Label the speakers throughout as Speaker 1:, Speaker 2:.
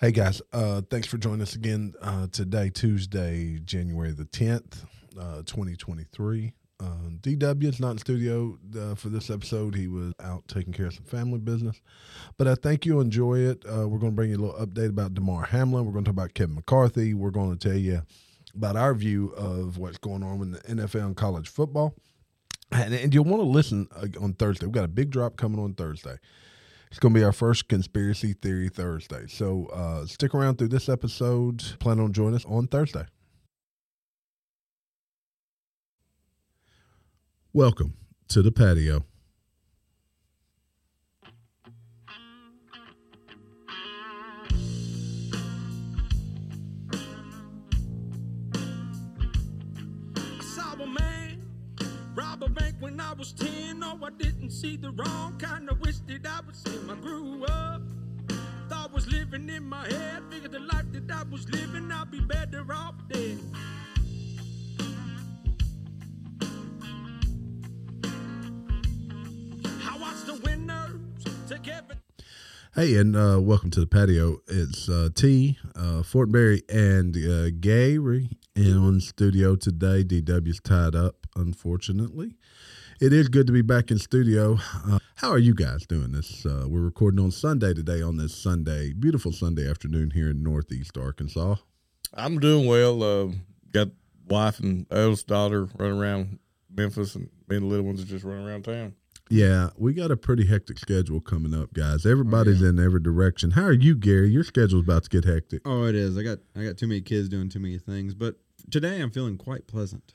Speaker 1: Hey guys, uh, thanks for joining us again uh, today, Tuesday, January the tenth, uh, twenty twenty three. Um, DW is not in studio uh, for this episode. He was out taking care of some family business, but I think you'll enjoy it. Uh, we're going to bring you a little update about Damar Hamlin. We're going to talk about Kevin McCarthy. We're going to tell you about our view of what's going on in the NFL and college football. And, and you'll want to listen uh, on Thursday. We've got a big drop coming on Thursday. It's going to be our first conspiracy theory Thursday. So uh, stick around through this episode. Plan on joining us on Thursday. Welcome to the patio.
Speaker 2: I saw a man rob a bank when I was 10. No, I didn't see the wrong kind. I wish that I was him. I grew up. Thought was living in my head. Figured the life that I was living, I'd be better off dead. I watched the winners take everything.
Speaker 1: Hey, and uh, welcome to the patio. It's uh, T, uh, Fortenberry, and uh, Gary in on studio today. DW's tied up, unfortunately. It is good to be back in studio. Uh, how are you guys doing this? Uh, we're recording on Sunday today, on this Sunday, beautiful Sunday afternoon here in Northeast Arkansas.
Speaker 3: I'm doing well. Uh, got wife and eldest daughter running around Memphis, and me and the little ones are just running around town.
Speaker 1: Yeah, we got a pretty hectic schedule coming up, guys. Everybody's in every direction. How are you, Gary? Your schedule's about to get hectic.
Speaker 4: Oh, it is. I got I got too many kids doing too many things, but today I'm feeling quite pleasant.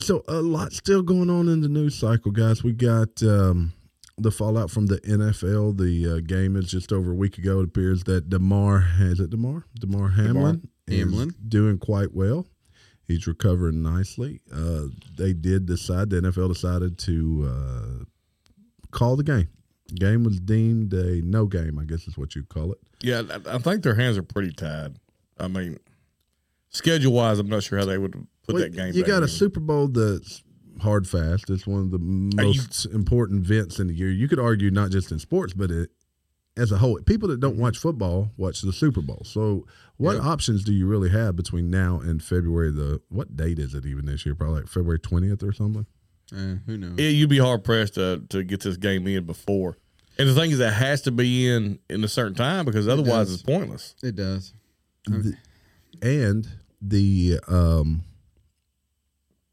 Speaker 1: So a lot still going on in the news cycle, guys. We got um, the fallout from the NFL. The uh, game is just over a week ago. It appears that Demar is it Demar Demar Hamlin is
Speaker 4: Hamlin.
Speaker 1: doing quite well. He's recovering nicely. Uh, they did decide the NFL decided to uh, call the game. Game was deemed a no game, I guess is what you call it.
Speaker 3: Yeah, I, I think their hands are pretty tied. I mean, schedule wise, I'm not sure how they would put
Speaker 1: Well,
Speaker 3: that game.
Speaker 1: You
Speaker 3: back
Speaker 1: got a
Speaker 3: in.
Speaker 1: Super Bowl that's hard fast. It's one of the
Speaker 3: Are you-
Speaker 1: most important events in the year. You could argue not just in sports, but it, as a whole. People that don't watch football watch the Super Bowl. So, what
Speaker 3: Yeah.
Speaker 1: options do you really have between now and February? The what date is it even this year? Probably like February twentieth or something.
Speaker 4: Uh, who knows?
Speaker 3: Yeah, you'd be hard pressed to to get this game in before. And the thing is, it has to be in in a certain time because otherwise
Speaker 4: does.
Speaker 3: it's pointless.
Speaker 4: It does.
Speaker 1: and the um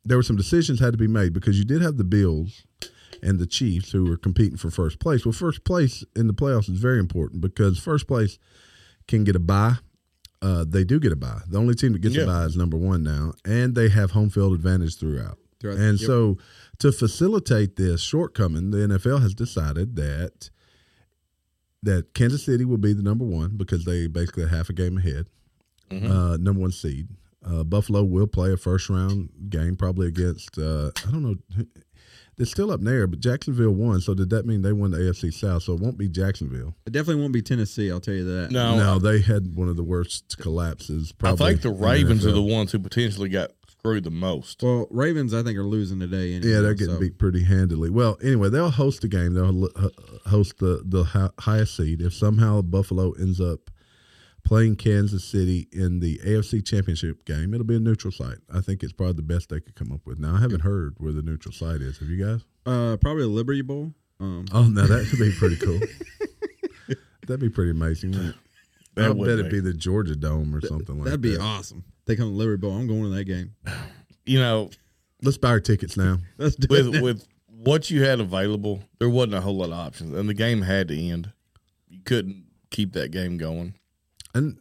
Speaker 1: there were some decisions had to be made because you did have the Bills and the Chiefs who were competing for first place. Well, first place in the playoffs is very important because first place can get a bye. Uh, they do get a bye. The only team that gets
Speaker 3: Yeah.
Speaker 1: a bye is number one now, and they have home field advantage throughout.
Speaker 4: Throughout-
Speaker 1: and
Speaker 4: yep.
Speaker 1: so, to facilitate this shortcoming, the NFL has decided that that Kansas City will be the number one because they basically are half a game ahead,
Speaker 3: Mm-hmm.
Speaker 1: uh, number one seed. Uh, Buffalo will play a first round game probably against uh, I don't know. who- They're still up in the air, but Jacksonville won. So did that mean they won the AFC South? So it won't be Jacksonville.
Speaker 4: It definitely won't be Tennessee. I'll tell you that.
Speaker 3: No,
Speaker 1: no, they had one of the worst collapses. Probably
Speaker 3: I think the
Speaker 1: in
Speaker 3: Ravens are
Speaker 1: NFL.
Speaker 3: the ones who potentially got screwed the most.
Speaker 4: Well, Ravens, I think are losing today. Anyway,
Speaker 1: Yeah, they're getting
Speaker 4: so-
Speaker 1: beat pretty handily. Well, anyway, they'll host the game. They'll ho- host the the hi- highest seed. If somehow Buffalo ends up playing Kansas City in the AFC Championship game, it'll be a neutral site. I think it's probably the best they could come up with. Now, I haven't heard where the neutral site is. Have you guys?
Speaker 4: Uh, probably the Liberty Bowl. Um,
Speaker 1: Oh, no, that could be pretty cool. That'd be pretty amazing. wouldn't it?
Speaker 3: That
Speaker 1: I
Speaker 3: would
Speaker 1: bet it'd
Speaker 3: make-
Speaker 1: be the Georgia Dome or something like
Speaker 4: that'd be
Speaker 1: that.
Speaker 4: awesome. They come to Liberty Bowl. I'm going to that game.
Speaker 3: You know,
Speaker 1: Let's buy our tickets now.
Speaker 4: Let's do it.
Speaker 3: with with what you had available, there wasn't a whole lot of options, and the game had to end. You couldn't keep that game going.
Speaker 1: And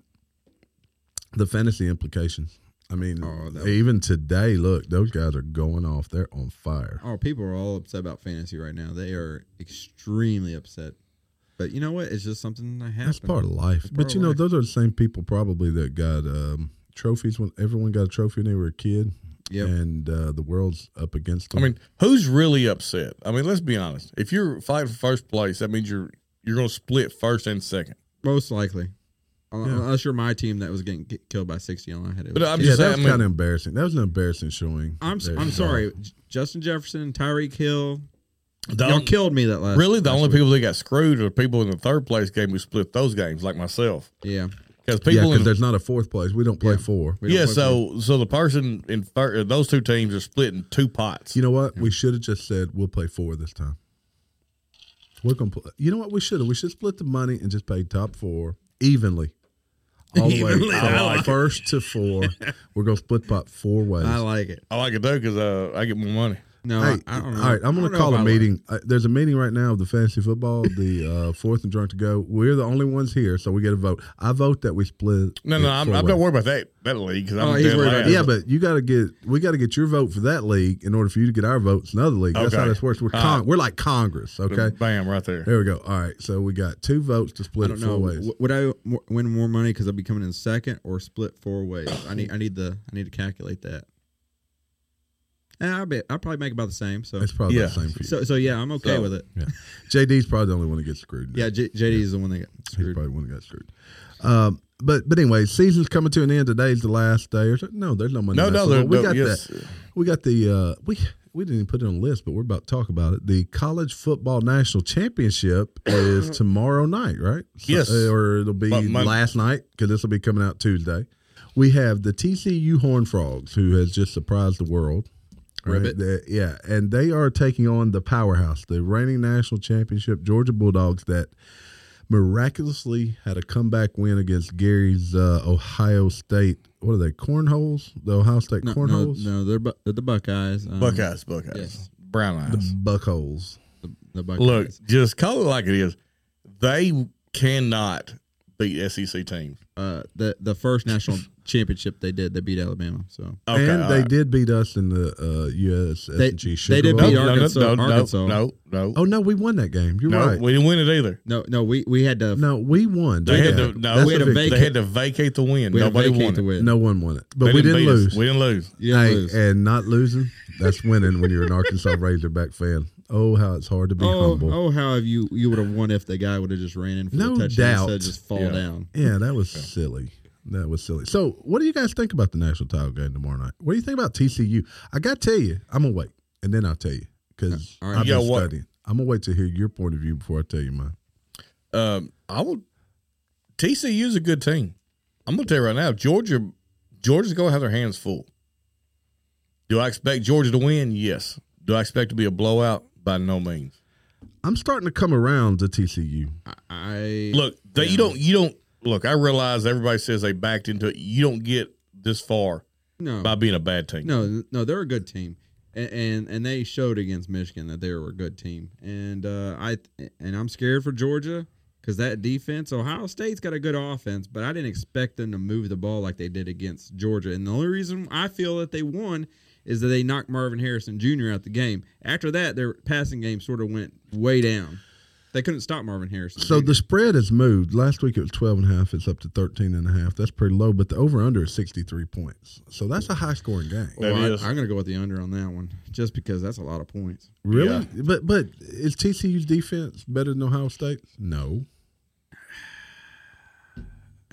Speaker 1: the fantasy implications. I mean,
Speaker 4: Oh, that-
Speaker 1: even today, look, those guys are going off. They're on fire.
Speaker 4: Oh, people are all upset about fantasy right now. They are extremely upset. But you know what? It's just something that happened.
Speaker 1: That's part of life.
Speaker 4: That's part
Speaker 1: But
Speaker 4: of
Speaker 1: you know,
Speaker 4: life.
Speaker 1: those are the same people probably that got um, trophies when everyone got a trophy when they were a kid.
Speaker 4: Yep.
Speaker 1: And uh, the world's up against
Speaker 3: I
Speaker 1: them.
Speaker 3: mean, who's really upset? I mean, let's be honest. If you're fighting for first place, that means you're you're going to split first and second.
Speaker 4: Most likely. Uh, Un-
Speaker 1: Yeah.
Speaker 4: Unless you're my team that was getting ki- killed by 60 on I had it.
Speaker 3: But
Speaker 4: was
Speaker 3: I'm
Speaker 1: yeah,
Speaker 3: just
Speaker 1: that
Speaker 3: saying. I
Speaker 1: was
Speaker 3: mean,
Speaker 1: kind of embarrassing. That was an embarrassing showing.
Speaker 4: I'm s-
Speaker 1: There
Speaker 4: I'm
Speaker 1: you go.
Speaker 4: sorry, J- Justin Jefferson, Tyreek Hill,
Speaker 3: the
Speaker 4: y'all
Speaker 3: on-
Speaker 4: killed me that last.
Speaker 3: really, the
Speaker 4: last
Speaker 3: only
Speaker 4: week.
Speaker 3: people that got screwed are the people in the third place game who split those games, like myself.
Speaker 4: Yeah,
Speaker 3: because
Speaker 1: Yeah,
Speaker 3: people
Speaker 1: because
Speaker 3: in
Speaker 1: there's not a fourth place. We don't play four.
Speaker 4: We don't
Speaker 3: yeah,
Speaker 4: play
Speaker 3: so so the person in fir- uh, those two teams are split in two pots.
Speaker 1: You know what? We should have just said we'll play four this time. We're gonna. Play. You know what? We should have. We should split the money and just pay top four evenly. All the way
Speaker 4: Evenly, I
Speaker 1: from first to four. We're gonna split pot four ways.
Speaker 4: I like it.
Speaker 3: I like it though because uh, I get more money.
Speaker 4: No,
Speaker 1: Hey,
Speaker 4: I, I don't know.
Speaker 1: all right, I'm
Speaker 4: I
Speaker 1: going
Speaker 4: don't
Speaker 1: to
Speaker 4: know
Speaker 1: call
Speaker 4: if
Speaker 1: a
Speaker 4: I like it.
Speaker 1: meeting. Uh, there's a meeting right now of the fantasy football, the uh, fourth and drunk to go. We're the only ones here, so we get a vote. I vote that we split.
Speaker 3: No,
Speaker 1: it
Speaker 3: no, I'm,
Speaker 1: four
Speaker 3: I'm not
Speaker 1: ways.
Speaker 3: worried about that that league because I'm
Speaker 4: Oh, he's
Speaker 3: dead
Speaker 4: worried about
Speaker 3: last.
Speaker 4: it.
Speaker 1: Yeah, but you got to get we got to get your vote for that league in order for you to get our votes in other league. That's how
Speaker 3: Okay.
Speaker 1: this works. We're
Speaker 3: All
Speaker 1: con-
Speaker 3: right.
Speaker 1: we're like Congress. Okay,
Speaker 3: bam, right there.
Speaker 1: there we go. All right, so we got two votes to
Speaker 4: I
Speaker 1: split it
Speaker 4: don't
Speaker 1: four
Speaker 4: know.
Speaker 1: ways.
Speaker 4: W- Would I mo- win more money because I'll be coming in second or split four ways? I need. I need the. I need to calculate that. Yeah, I bet I probably make about the same. So,
Speaker 1: It's probably
Speaker 3: Yeah.
Speaker 1: the same for you.
Speaker 4: so, so yeah, I'm okay
Speaker 3: So-
Speaker 4: with it.
Speaker 1: yeah, JD's probably the only one that gets screwed.
Speaker 4: Yeah, J- JD is the one that got
Speaker 1: He's
Speaker 4: screwed.
Speaker 1: probably one that got screwed. Um, but but anyway, season's coming to an end. Today's the last day. Or so. No, there's no Monday.
Speaker 3: No,
Speaker 1: Night
Speaker 3: no,
Speaker 1: Football.
Speaker 3: there-
Speaker 1: we
Speaker 3: no,
Speaker 1: got
Speaker 3: yes.
Speaker 1: that. Mm-hmm. We got the uh, we we didn't even put it on the list, but we're about to talk about it. The college football national championship is tomorrow night, right? So- uh,
Speaker 3: Yes.
Speaker 1: or it'll be
Speaker 3: But Mon-
Speaker 1: last night because this will be coming out Tuesday. We have the TCU Horn Frogs, who has just surprised the world. Right.
Speaker 4: Ribbit.
Speaker 1: They- yeah, and they are taking on the powerhouse, the reigning national championship Georgia Bulldogs that miraculously had a comeback win against Gary's uh, Ohio State. What are they? Cornholes? The Ohio State
Speaker 4: No, no,
Speaker 1: cornholes?
Speaker 4: no, they're, bu- they're the Buckeyes. Um,
Speaker 3: Buckeyes, Buckeyes,
Speaker 4: yes.
Speaker 3: brown
Speaker 1: Mm-hmm.
Speaker 3: eyes.
Speaker 1: Buckholes.
Speaker 4: The, the Buckeyes.
Speaker 3: Look, just call it like it is. They cannot beat E SEC teams.
Speaker 4: uh, the the first national championship they did, they beat Alabama. So
Speaker 3: Okay,
Speaker 1: and
Speaker 3: all
Speaker 1: they
Speaker 3: right.
Speaker 1: did beat us in the uh, US
Speaker 4: They-
Speaker 1: S&G Sugar
Speaker 4: they did
Speaker 1: Bowl.
Speaker 4: beat
Speaker 3: no,
Speaker 4: Arkansas-
Speaker 3: No, no, no,
Speaker 4: Arkansas.
Speaker 3: no, no,
Speaker 1: Oh, no, we won that game. You're
Speaker 3: no.
Speaker 1: right.
Speaker 3: We didn't win it either.
Speaker 4: no, no, we we had to
Speaker 1: no, we won.
Speaker 3: They had
Speaker 1: Yeah.
Speaker 3: to no.
Speaker 1: That's
Speaker 4: we had
Speaker 1: a
Speaker 4: to
Speaker 1: victory.
Speaker 3: They had to vacate the win.
Speaker 4: we had
Speaker 3: Nobody
Speaker 4: to vacate
Speaker 3: won.
Speaker 4: the
Speaker 3: it.
Speaker 4: win.
Speaker 1: No one won it. But
Speaker 3: They
Speaker 1: we didn't,
Speaker 3: beat us.
Speaker 1: lose.
Speaker 3: We didn't lose.
Speaker 4: you didn't
Speaker 1: Hey,
Speaker 4: lose.
Speaker 1: And not losing, that's winning when you're an Arkansas Razorback fan. Oh, how it's hard to be
Speaker 4: Oh,
Speaker 1: humble.
Speaker 4: oh, how have you you would have won if the guy would have just ran in for
Speaker 1: No
Speaker 4: the touchdown
Speaker 1: doubt.
Speaker 4: instead of just fall
Speaker 3: Yeah.
Speaker 4: down.
Speaker 1: Yeah, that was silly. That was silly. So, what do you guys think about the national title game tomorrow night? What do you think about TCU? I got to tell you, I'm gonna wait, and then I'll tell you because
Speaker 4: All right.
Speaker 1: I've
Speaker 3: You
Speaker 1: been
Speaker 3: got what?
Speaker 1: studying. I'm gonna wait to hear your point of view before I tell you mine.
Speaker 3: Um, I will. TCU's a good team. I'm gonna tell you right now, Georgia, Georgia's gonna have their hands full. Do I expect Georgia to win? Yes. Do I expect to be a blowout? By no means.
Speaker 1: I'm starting to come around to TCU.
Speaker 4: I, I
Speaker 3: Look, they, you don't. You don't. Look, I realize everybody says they backed into it. You don't get this far
Speaker 4: no
Speaker 3: by being a bad team.
Speaker 4: no no they're a good team and, and and they showed against Michigan that they were a good team and uh, I and I'm scared for Georgia because that defense Ohio State's got a good offense but I didn't expect them to move the ball like they did against Georgia and the only reason I feel that they won is that they knocked Marvin Harrison Jr. out the game after that their passing game sort of went way down they couldn't stop Marvin Harrison
Speaker 1: So
Speaker 4: Jr..
Speaker 1: the spread has moved. Last week it was 12 and a half. It's up to 13 and a half. That's pretty low, but the over under is 63 points. So that's a high scoring game.
Speaker 3: That
Speaker 4: Well,
Speaker 3: is.
Speaker 4: I, am going to go with the under on that one, just because that's a lot of points.
Speaker 1: Really? But but is TCU's defense better than Ohio State? No.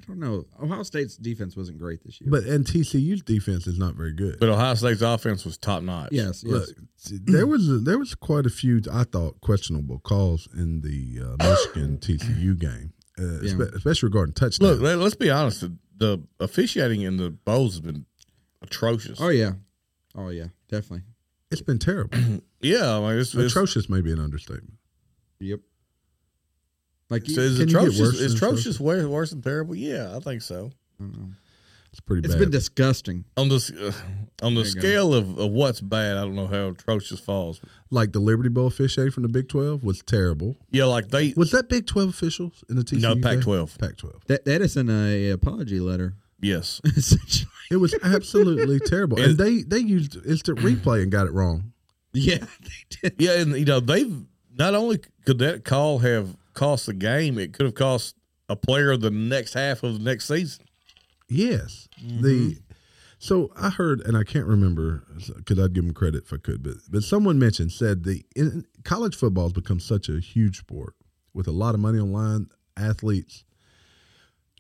Speaker 4: I don't know. Ohio State's defense wasn't great this year.
Speaker 1: But and TCU's defense is not very good.
Speaker 3: But Ohio State's offense was top notch.
Speaker 4: yes, yes.
Speaker 1: Look, there was there was quite a few I thought questionable calls in the uh, Michigan TCU game, uh,
Speaker 4: Yeah.
Speaker 1: espe- especially regarding touchdowns.
Speaker 3: Look, let, us be honest. The, the officiating in the bowls has been atrocious.
Speaker 4: oh yeah, oh yeah, definitely.
Speaker 1: it's been terrible.
Speaker 3: yeah. I mean, it's, it's,
Speaker 1: Atrocious may be an understatement.
Speaker 4: Yep. Like you,
Speaker 3: So is
Speaker 1: Can you get
Speaker 3: atrocious?
Speaker 1: worse
Speaker 3: Is
Speaker 1: than
Speaker 3: atrocious worse, worse than terrible? Yeah, I think so.
Speaker 4: I don't know.
Speaker 1: It's pretty
Speaker 4: it's
Speaker 1: bad.
Speaker 4: been disgusting.
Speaker 3: On the s- uh, on the
Speaker 4: There you go.
Speaker 3: scale of, of what's bad, I don't know how atrocious falls.
Speaker 1: like the Liberty Bowl officiating from the Big Twelve was terrible.
Speaker 3: Yeah, like they
Speaker 1: Was that Big Twelve officials in the TCU?
Speaker 3: no
Speaker 1: game?
Speaker 3: Pac-12.
Speaker 1: Pac twelve.
Speaker 4: That that is in a apology letter.
Speaker 3: Yes,
Speaker 4: essentially.
Speaker 1: It was absolutely terrible,
Speaker 3: It-
Speaker 1: and they they used instant replay and got it wrong.
Speaker 4: yeah, they did.
Speaker 3: yeah, and you know they've not only could that call have cost the game, it could have cost a player the next half of the next season.
Speaker 1: Yes.
Speaker 3: Mm-hmm.
Speaker 1: The so I heard, and I can't remember because I'd give them credit if I could, but but someone mentioned said the in, college football has become such a huge sport with a lot of money online. Athletes,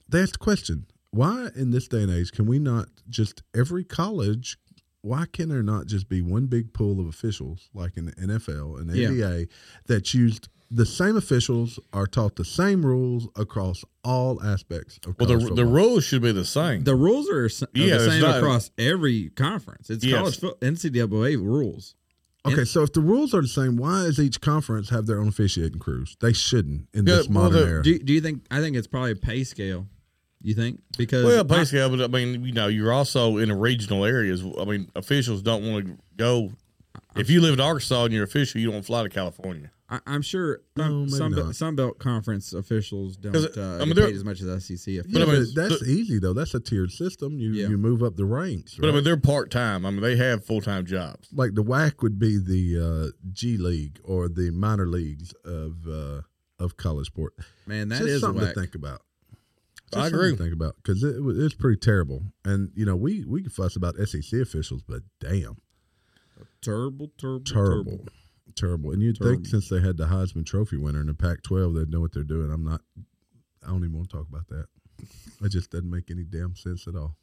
Speaker 1: they asked the question: Why in this day and age can we not just every college? Why can there not just be one big pool of officials like in the NFL and the
Speaker 4: Yeah.
Speaker 1: NBA that used the same officials are taught the same rules across all aspects of
Speaker 3: Well,
Speaker 4: Oh,
Speaker 1: college
Speaker 3: the, the
Speaker 1: football.
Speaker 3: rules should be the same.
Speaker 4: The rules are, s- are
Speaker 3: Yeah, it's
Speaker 4: the same
Speaker 3: not-
Speaker 4: across every conference. It's
Speaker 3: Yes.
Speaker 4: college foot NCAA rules.
Speaker 1: Okay, so if the rules are the same, why does each conference have their own officiating crews? They shouldn't in
Speaker 3: Yeah,
Speaker 1: this
Speaker 3: well,
Speaker 1: modern
Speaker 3: the-
Speaker 1: era.
Speaker 4: Do, do you think? I think it's probably a pay scale. You think because
Speaker 3: well, basically, I, but I mean, you know, you're also in the regional areas. I mean, officials don't want to go. If you live in Arkansas and you're official, you don't fly to California.
Speaker 4: I, I'm sure
Speaker 1: No,
Speaker 4: some
Speaker 1: maybe
Speaker 4: some,
Speaker 1: not.
Speaker 4: Sunbelt Conference officials don't
Speaker 3: 'Cause,
Speaker 4: uh,
Speaker 3: I mean,
Speaker 4: get
Speaker 3: they're-
Speaker 4: paid as E much as SEC
Speaker 1: Yeah,
Speaker 4: officials.
Speaker 3: I mean,
Speaker 1: but that's
Speaker 3: the-
Speaker 1: easy though. That's a tiered system. You
Speaker 4: Yeah.
Speaker 1: you move up the ranks.
Speaker 3: But I
Speaker 1: right?
Speaker 3: mean, they're part time. I mean, they have full time jobs.
Speaker 1: like the whack would be the uh, G League or the minor leagues of uh, of college sport.
Speaker 4: Man, that
Speaker 1: Just
Speaker 4: is
Speaker 1: something
Speaker 4: whack.
Speaker 1: to think about.
Speaker 3: I
Speaker 1: Just something
Speaker 3: agree.
Speaker 1: To think about because it, was- it's pretty terrible. And you know we we can fuss about SEC officials, but damn,
Speaker 4: Terrible, terrible,
Speaker 1: terrible, terrible. And you'd
Speaker 4: Terrible.
Speaker 1: think since they had the Heisman Trophy winner in the Pac-12, they'd know what they're doing. I'm not. I don't even want to talk about that. It just doesn't make any damn sense at all.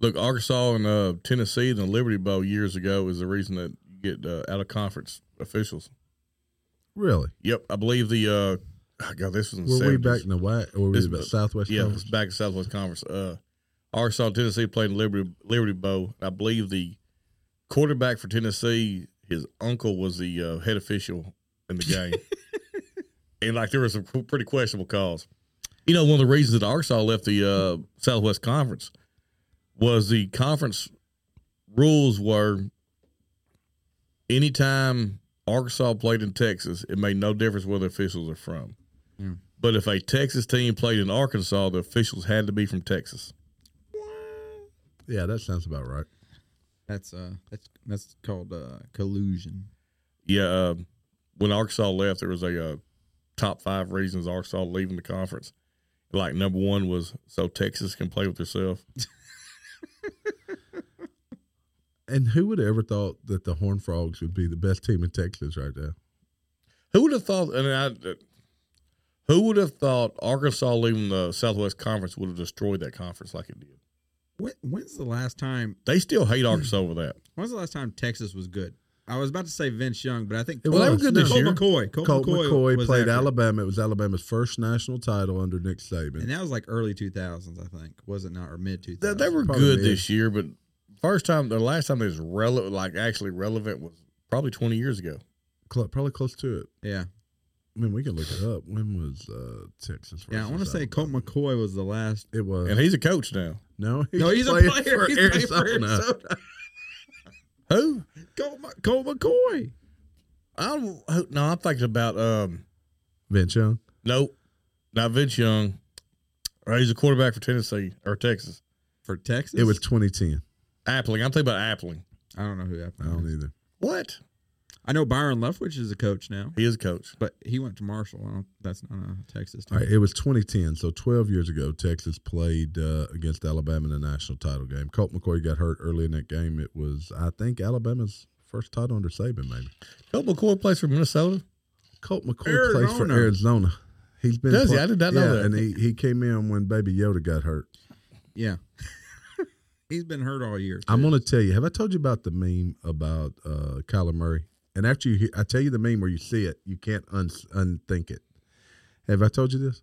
Speaker 3: Look, Arkansas and uh, Tennessee in the Liberty Bowl years ago is the reason that you get uh, out of conference officials.
Speaker 1: Really?
Speaker 3: Yep, I believe the. Uh, oh, God, this was in the
Speaker 1: Were we back
Speaker 3: 70s.
Speaker 1: in the whack? Or were we
Speaker 3: This-
Speaker 1: about Southwest?
Speaker 3: Yeah,
Speaker 1: Conference?
Speaker 3: it's back in Southwest Conference. Uh, Arkansas, and Tennessee played in Liberty Liberty Bowl. I believe the quarterback for Tennessee, his uncle was the uh, head official in the game, and like there were some qu- pretty questionable calls. You know, one of the reasons that Arkansas left the uh, Southwest Conference was the conference rules were anytime Arkansas played in Texas, it made no difference where the officials are from.
Speaker 4: Yeah.
Speaker 3: But if a Texas team played in Arkansas, the officials had to be from Texas.
Speaker 1: Yeah, that sounds about right.
Speaker 4: That's uh, that's that's called uh, collusion.
Speaker 3: Yeah, uh, when Arkansas left, there was a uh, top five reasons Arkansas leaving the conference. Like number one was so Texas can play with herself.
Speaker 1: And who would have ever thought that the Horn Frogs would be the best team in Texas right now?
Speaker 3: Who would have thought? And I, uh, who would have thought Arkansas leaving the Southwest Conference would have destroyed that conference like it did?
Speaker 4: When, when's the last time?
Speaker 3: They still hate Arkansas over that.
Speaker 4: When's the last time Texas was good? I was about to say Vince Young, but I think
Speaker 1: It
Speaker 4: Cole,
Speaker 1: was. They were good
Speaker 4: Cole
Speaker 1: this year.
Speaker 4: McCoy. Cole,
Speaker 1: Colt
Speaker 4: McCoy,
Speaker 1: McCoy,
Speaker 4: was
Speaker 1: played
Speaker 4: after it.
Speaker 1: Alabama. It was Alabama's first national title under Nick Saban.
Speaker 4: and that was like early 2000s, I think, was it not, or mid 2000s?
Speaker 3: They, they were
Speaker 1: Probably
Speaker 3: good
Speaker 1: is.
Speaker 3: this year, but first time, the last time they was relevant, like actually relevant, was probably twenty years ago.
Speaker 1: Cl- probably close to it.
Speaker 4: yeah,
Speaker 1: I mean, we can look it up. When was uh, Texas?
Speaker 4: yeah. I want to
Speaker 1: versus
Speaker 4: say Colt
Speaker 1: Alabama?
Speaker 4: McCoy was the last.
Speaker 1: It was.
Speaker 3: And he's a coach now.
Speaker 1: no,
Speaker 4: No, he's a
Speaker 1: playing
Speaker 4: player. he's playing for Arizona.
Speaker 3: Who?
Speaker 4: Colt, Mc- Colt McCoy.
Speaker 3: I don't- who- no, I'm thinking about um
Speaker 1: Vince Young.
Speaker 3: nope, not Vince Young. Uh, He's a quarterback for Tennessee or Texas.
Speaker 4: for Texas.
Speaker 1: It was 2010.
Speaker 3: Appling. I'm thinking about Appling.
Speaker 4: I don't know who that.
Speaker 1: I don't
Speaker 4: is.
Speaker 1: either.
Speaker 3: What?
Speaker 4: I know Byron Leftwich is a coach now,
Speaker 3: He is a coach.
Speaker 4: but he went to Marshall. I don't, that's not a Texas team.
Speaker 1: All right, it was 2010. So 12 years ago, Texas played uh, against Alabama in the national title game. Colt McCoy got hurt early in that game. It was, I think, Alabama's first title under Saban, maybe.
Speaker 3: Colt McCoy plays for Minnesota.
Speaker 1: Colt McCoy plays for
Speaker 4: Arizona.
Speaker 1: Arizona. He's been
Speaker 3: Does he?
Speaker 1: play-
Speaker 3: I did not know
Speaker 1: Yeah,
Speaker 3: that.
Speaker 1: And he, he came in when Baby Yoda got hurt.
Speaker 4: Yeah, he's been hurt all year.
Speaker 1: I'm
Speaker 4: too.
Speaker 1: gonna tell you. Have I told you about the meme about uh, Kyler Murray? And after you, hear, I tell you the meme where you see it, you can't un- unthink it. Have I told you this?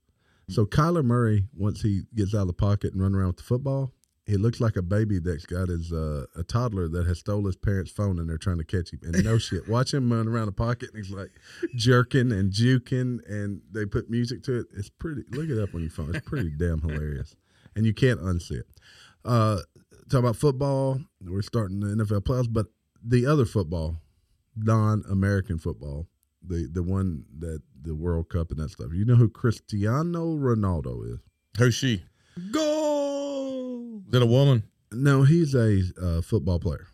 Speaker 1: So Kyler Murray, once he gets out of the pocket and run around with the football, he looks like a baby that's got his uh, a toddler that has stole his parents' phone and they're trying to catch him. And no shit, watch him run around the pocket and he's like jerking and juking, and they put music to it. It's pretty. Look it up on your phone. It's pretty damn hilarious, and you can't unsee it. Uh, talk about football. We're starting the NFL playoffs, but the other football, non-American football, the the one that the World Cup and that stuff. You know who Cristiano Ronaldo is?
Speaker 3: Who's she?
Speaker 4: Go
Speaker 3: Is that a woman?
Speaker 1: No, he's a uh, football player.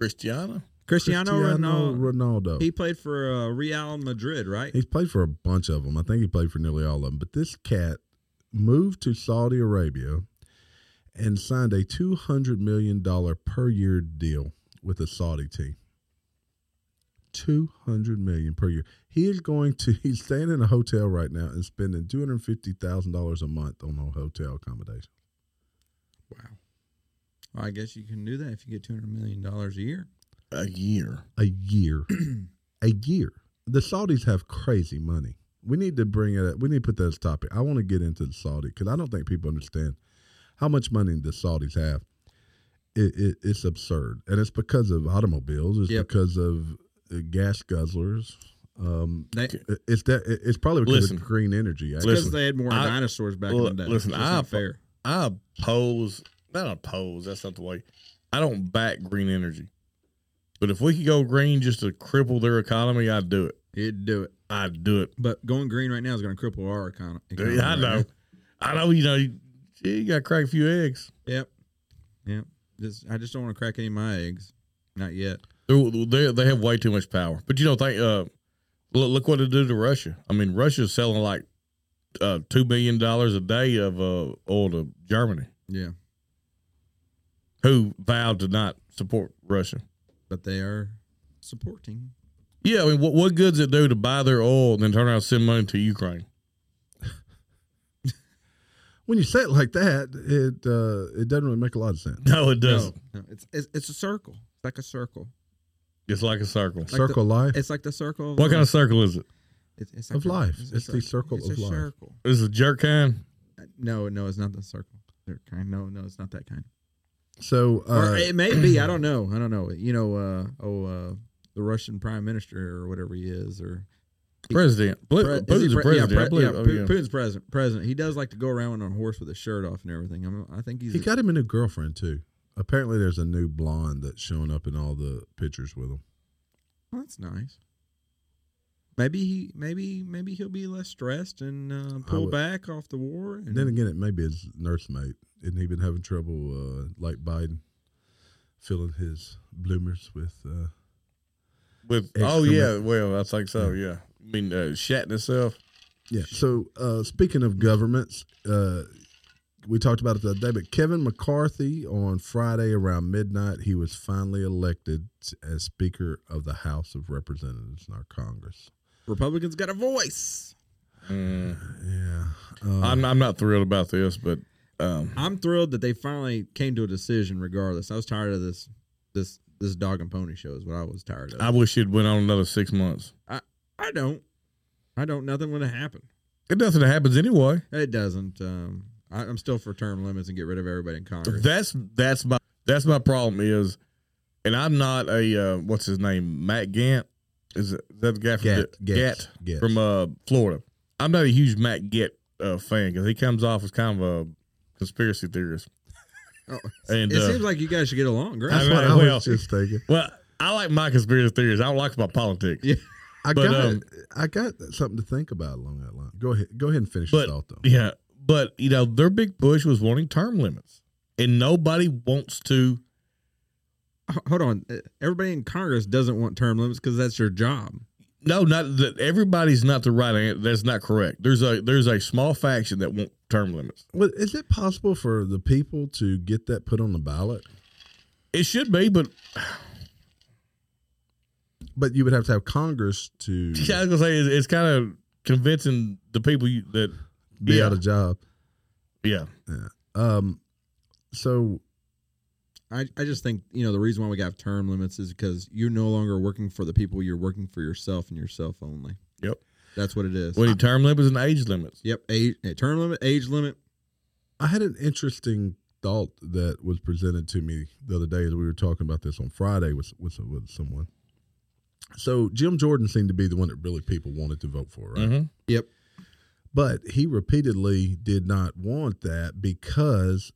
Speaker 3: Cristiana?
Speaker 4: Cristiano, Ronaldo.
Speaker 1: Ronaldo.
Speaker 4: He played for uh, Real Madrid, right?
Speaker 1: He's played for a bunch of them. I think he played for nearly all of them. But this cat moved to Saudi Arabia and signed a two hundred million dollar per year deal with a Saudi team. Two hundred million per year. He is going to. He's staying in a hotel right now and spending two hundred fifty thousand dollars a month on a hotel accommodation.
Speaker 4: wow. Well, I guess you can do that if you get two hundred million dollars a year.
Speaker 3: A year.
Speaker 1: A year, a year. the Saudis have crazy money. We need to bring it up. We need to put that as a topic. I want to get into the Saudi because I don't think people understand how much money the Saudis have. It, it, it's absurd, and it's because of automobiles. It's
Speaker 4: Yep.
Speaker 1: because of uh, gas guzzlers. Um,
Speaker 4: They,
Speaker 1: it- it's that. it- It's probably because
Speaker 3: Listen.
Speaker 1: of green energy. actually.
Speaker 4: because
Speaker 3: Listen,
Speaker 4: they had more
Speaker 3: I-
Speaker 4: dinosaurs back
Speaker 3: Look,
Speaker 4: in the day.
Speaker 3: listen,
Speaker 4: It's just
Speaker 3: I-
Speaker 4: not fair.
Speaker 3: I oppose, not oppose, that's not the way. I don't back green energy. But if we could go green just to cripple their economy, I'd do it.
Speaker 4: It'd do it.
Speaker 3: I'd do it.
Speaker 4: But going green right now is going to cripple our econ- economy.
Speaker 3: Dude, I
Speaker 4: right
Speaker 3: know.
Speaker 4: now.
Speaker 3: I know, you know, you, you got to crack a few eggs.
Speaker 4: Yep. Yep. Just, I just don't want to crack any of my eggs. Not yet.
Speaker 3: They're, they they have way too much power. But you don't think, uh, look, look what it do to Russia. I mean, Russia's selling like uh, $2 million a day of uh, oil to Germany,
Speaker 4: Yeah.
Speaker 3: who vowed to not support Russia.
Speaker 4: But they are supporting.
Speaker 3: Yeah, I mean, what, what good does it do to buy their oil and then turn around and send money to Ukraine?
Speaker 1: when you say it like that, it uh, it doesn't really make a lot of sense.
Speaker 3: No, it doesn't.
Speaker 4: No, no, it's, it's it's a circle. It's like a circle.
Speaker 3: It's like a circle.
Speaker 4: the-
Speaker 1: Circle life.
Speaker 4: It's like the circle. Of
Speaker 3: What
Speaker 4: life.
Speaker 3: kind of circle is it?
Speaker 4: It's, it's
Speaker 1: Of
Speaker 4: a-
Speaker 1: life.
Speaker 4: a
Speaker 1: It's the circle
Speaker 4: It's
Speaker 1: of
Speaker 4: a
Speaker 1: life.
Speaker 4: circle.
Speaker 3: Is it jerk kind?
Speaker 4: No, no, it's not the circle. They're kind. No, no, it's not that kind.
Speaker 1: So uh,
Speaker 4: or it may be. I don't know. I don't know. You know, uh, oh, uh, the Russian prime minister or whatever he is, or
Speaker 3: President. Blu-
Speaker 4: Pre- is
Speaker 3: Putin's
Speaker 4: he
Speaker 3: the
Speaker 4: pre-
Speaker 3: president.
Speaker 4: Yeah,
Speaker 3: I
Speaker 4: pre-
Speaker 3: believe.
Speaker 4: yeah,
Speaker 3: Oh,
Speaker 4: Pu-
Speaker 3: yeah.
Speaker 4: Putin's president. President. He does like to go around on a horse with his shirt off and everything. I, mean, I think he's.
Speaker 1: he got him a new girlfriend too. Apparently, there's a new blonde that's showing up in all the pictures with him.
Speaker 4: Well, oh, that's nice. Maybe he, maybe, maybe he'll be less stressed and uh, pull
Speaker 1: would-
Speaker 4: back off the war. And
Speaker 1: And then again, it may be his nursemaid. Isn't he been having trouble, uh, like Biden, filling his bloomers with? Uh,
Speaker 3: With, oh, yeah. Well, I think so, yeah. I mean, uh, shatting itself.
Speaker 1: yeah. So uh, speaking of governments, uh, we talked about it the other day, but Kevin McCarthy on Friday around midnight, he was finally elected as Speaker of the House of Representatives in our Congress.
Speaker 4: Republicans got a voice.
Speaker 3: Mm.
Speaker 1: Yeah. Um,
Speaker 3: I'm, I'm not thrilled about this, but um,
Speaker 4: I'm thrilled that they finally came to a decision. Regardless, I was tired of this, this, this dog and pony show is what I was tired of.
Speaker 3: I wish it went on another six months.
Speaker 4: I don't. I don't. Nothing would have happened.
Speaker 3: It nothing happens anyway.
Speaker 4: It doesn't. Um, I, I'm still for term limits and get rid of everybody in Congress.
Speaker 3: That's that's my that's my problem is, and I'm not a uh, what's his name Matt Gant is that is that the guy from
Speaker 1: Gat,
Speaker 3: the- Gat
Speaker 1: Gat.
Speaker 3: from uh, Florida. I'm not a huge Matt Gant uh, fan because he comes off as kind of a conspiracy theorist.
Speaker 4: Oh,
Speaker 3: And
Speaker 4: it
Speaker 3: uh,
Speaker 4: seems like you guys should get along,
Speaker 1: That's
Speaker 4: right?
Speaker 3: I-
Speaker 1: what I
Speaker 3: well-
Speaker 1: was just thinking.
Speaker 3: well, I like my conspiracy theories. I don't like my politics.
Speaker 4: Yeah.
Speaker 1: I
Speaker 3: But,
Speaker 1: got
Speaker 3: um,
Speaker 1: I got something to think about along that line. Go ahead, go ahead and finish your
Speaker 3: But
Speaker 1: thought though.
Speaker 3: yeah, but you know their big push was wanting term limits, and nobody wants to.
Speaker 4: H- Hold on. Uh, Everybody in Congress doesn't want term limits because that's your job.
Speaker 3: No, not that everybody's not the right answer. That's not correct. There's a there's a small faction that want term limits.
Speaker 1: Well, is it possible for the people to get that put on the ballot?
Speaker 3: It should be, but
Speaker 1: But you would have to have Congress to
Speaker 3: yeah, I was gonna say it's, it's kind of convincing the people you, that
Speaker 1: be
Speaker 3: yeah.
Speaker 1: out of job.
Speaker 3: yeah.
Speaker 1: Um, so
Speaker 4: I, I just think you know the reason why we got term limits is because you're no longer working for the people. You're working for yourself and yourself only.
Speaker 3: Yep.
Speaker 4: That's what it is.
Speaker 3: We need term limits and age limits.
Speaker 4: yep. Age, eh, term limit, age limit.
Speaker 1: I had an interesting thought that was presented to me the other day as we were talking about this on Friday with with, with someone. So Jim Jordan seemed to be the one that really people wanted to vote for, right?
Speaker 3: Mhm.
Speaker 4: Yep.
Speaker 1: But he repeatedly did not want that because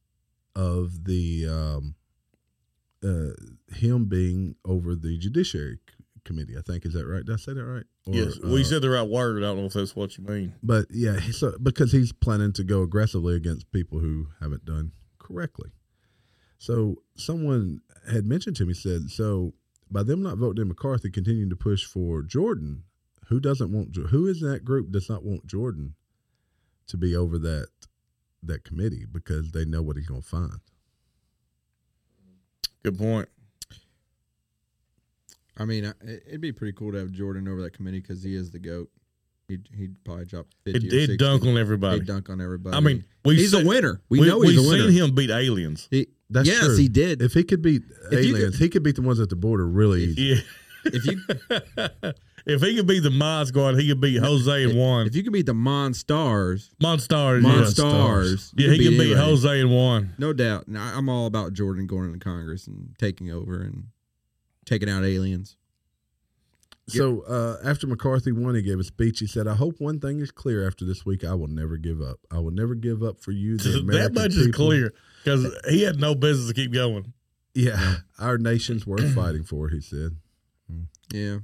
Speaker 1: of the um, uh, him being over the judiciary c- committee. I think is that right? Did I say that right? Or,
Speaker 3: yes. Well, you
Speaker 1: uh,
Speaker 3: said the right word. I don't know if that's what you mean.
Speaker 1: But yeah, he- so because he's planning to go aggressively against people who haven't done correctly. So someone had mentioned to me said so by them not voting in McCarthy, continuing to push for Jordan, who doesn't want Jo- who is in that group does not want Jordan to be over that that committee because they know what he's going to find.
Speaker 3: Good point.
Speaker 4: I mean, I, it- it'd be pretty cool to have Jordan over that committee because he is the goat. He'd, he'd probably drop
Speaker 3: It
Speaker 4: fifty. or
Speaker 3: did
Speaker 4: 60.
Speaker 3: dunk on everybody.
Speaker 4: He'd dunk on everybody.
Speaker 3: I mean, we've
Speaker 4: he's
Speaker 3: seen-
Speaker 4: a winner. We, know
Speaker 3: we've
Speaker 4: he's a winner.
Speaker 3: seen him beat aliens.
Speaker 4: He,
Speaker 1: That's
Speaker 4: yes,
Speaker 1: true.
Speaker 4: he did.
Speaker 1: If
Speaker 4: If,
Speaker 1: he could beat
Speaker 4: If you
Speaker 1: aliens, he could beat the ones at the border really easy.
Speaker 3: Yeah.
Speaker 4: you
Speaker 3: If he could beat the Mod Squad, he could beat Jose and Juan.
Speaker 4: If you can beat the Mon Stars,
Speaker 3: Monstars.
Speaker 4: Mon
Speaker 3: yes.
Speaker 4: Stars,
Speaker 3: Yeah,
Speaker 4: you
Speaker 3: he could beat
Speaker 4: anybody.
Speaker 3: Jose and Juan.
Speaker 4: No doubt. And I- I'm all about Jordan going into Congress and taking over and taking out aliens.
Speaker 1: So uh, after McCarthy won, he gave a speech. He said, "I hope one thing is clear after this week. I will never give up. I will never give up for you." The
Speaker 3: that
Speaker 1: American
Speaker 3: much is
Speaker 1: people.
Speaker 3: clear because he had no business to keep going.
Speaker 1: Yeah, our nation's worth fighting for. He said.
Speaker 4: Yeah.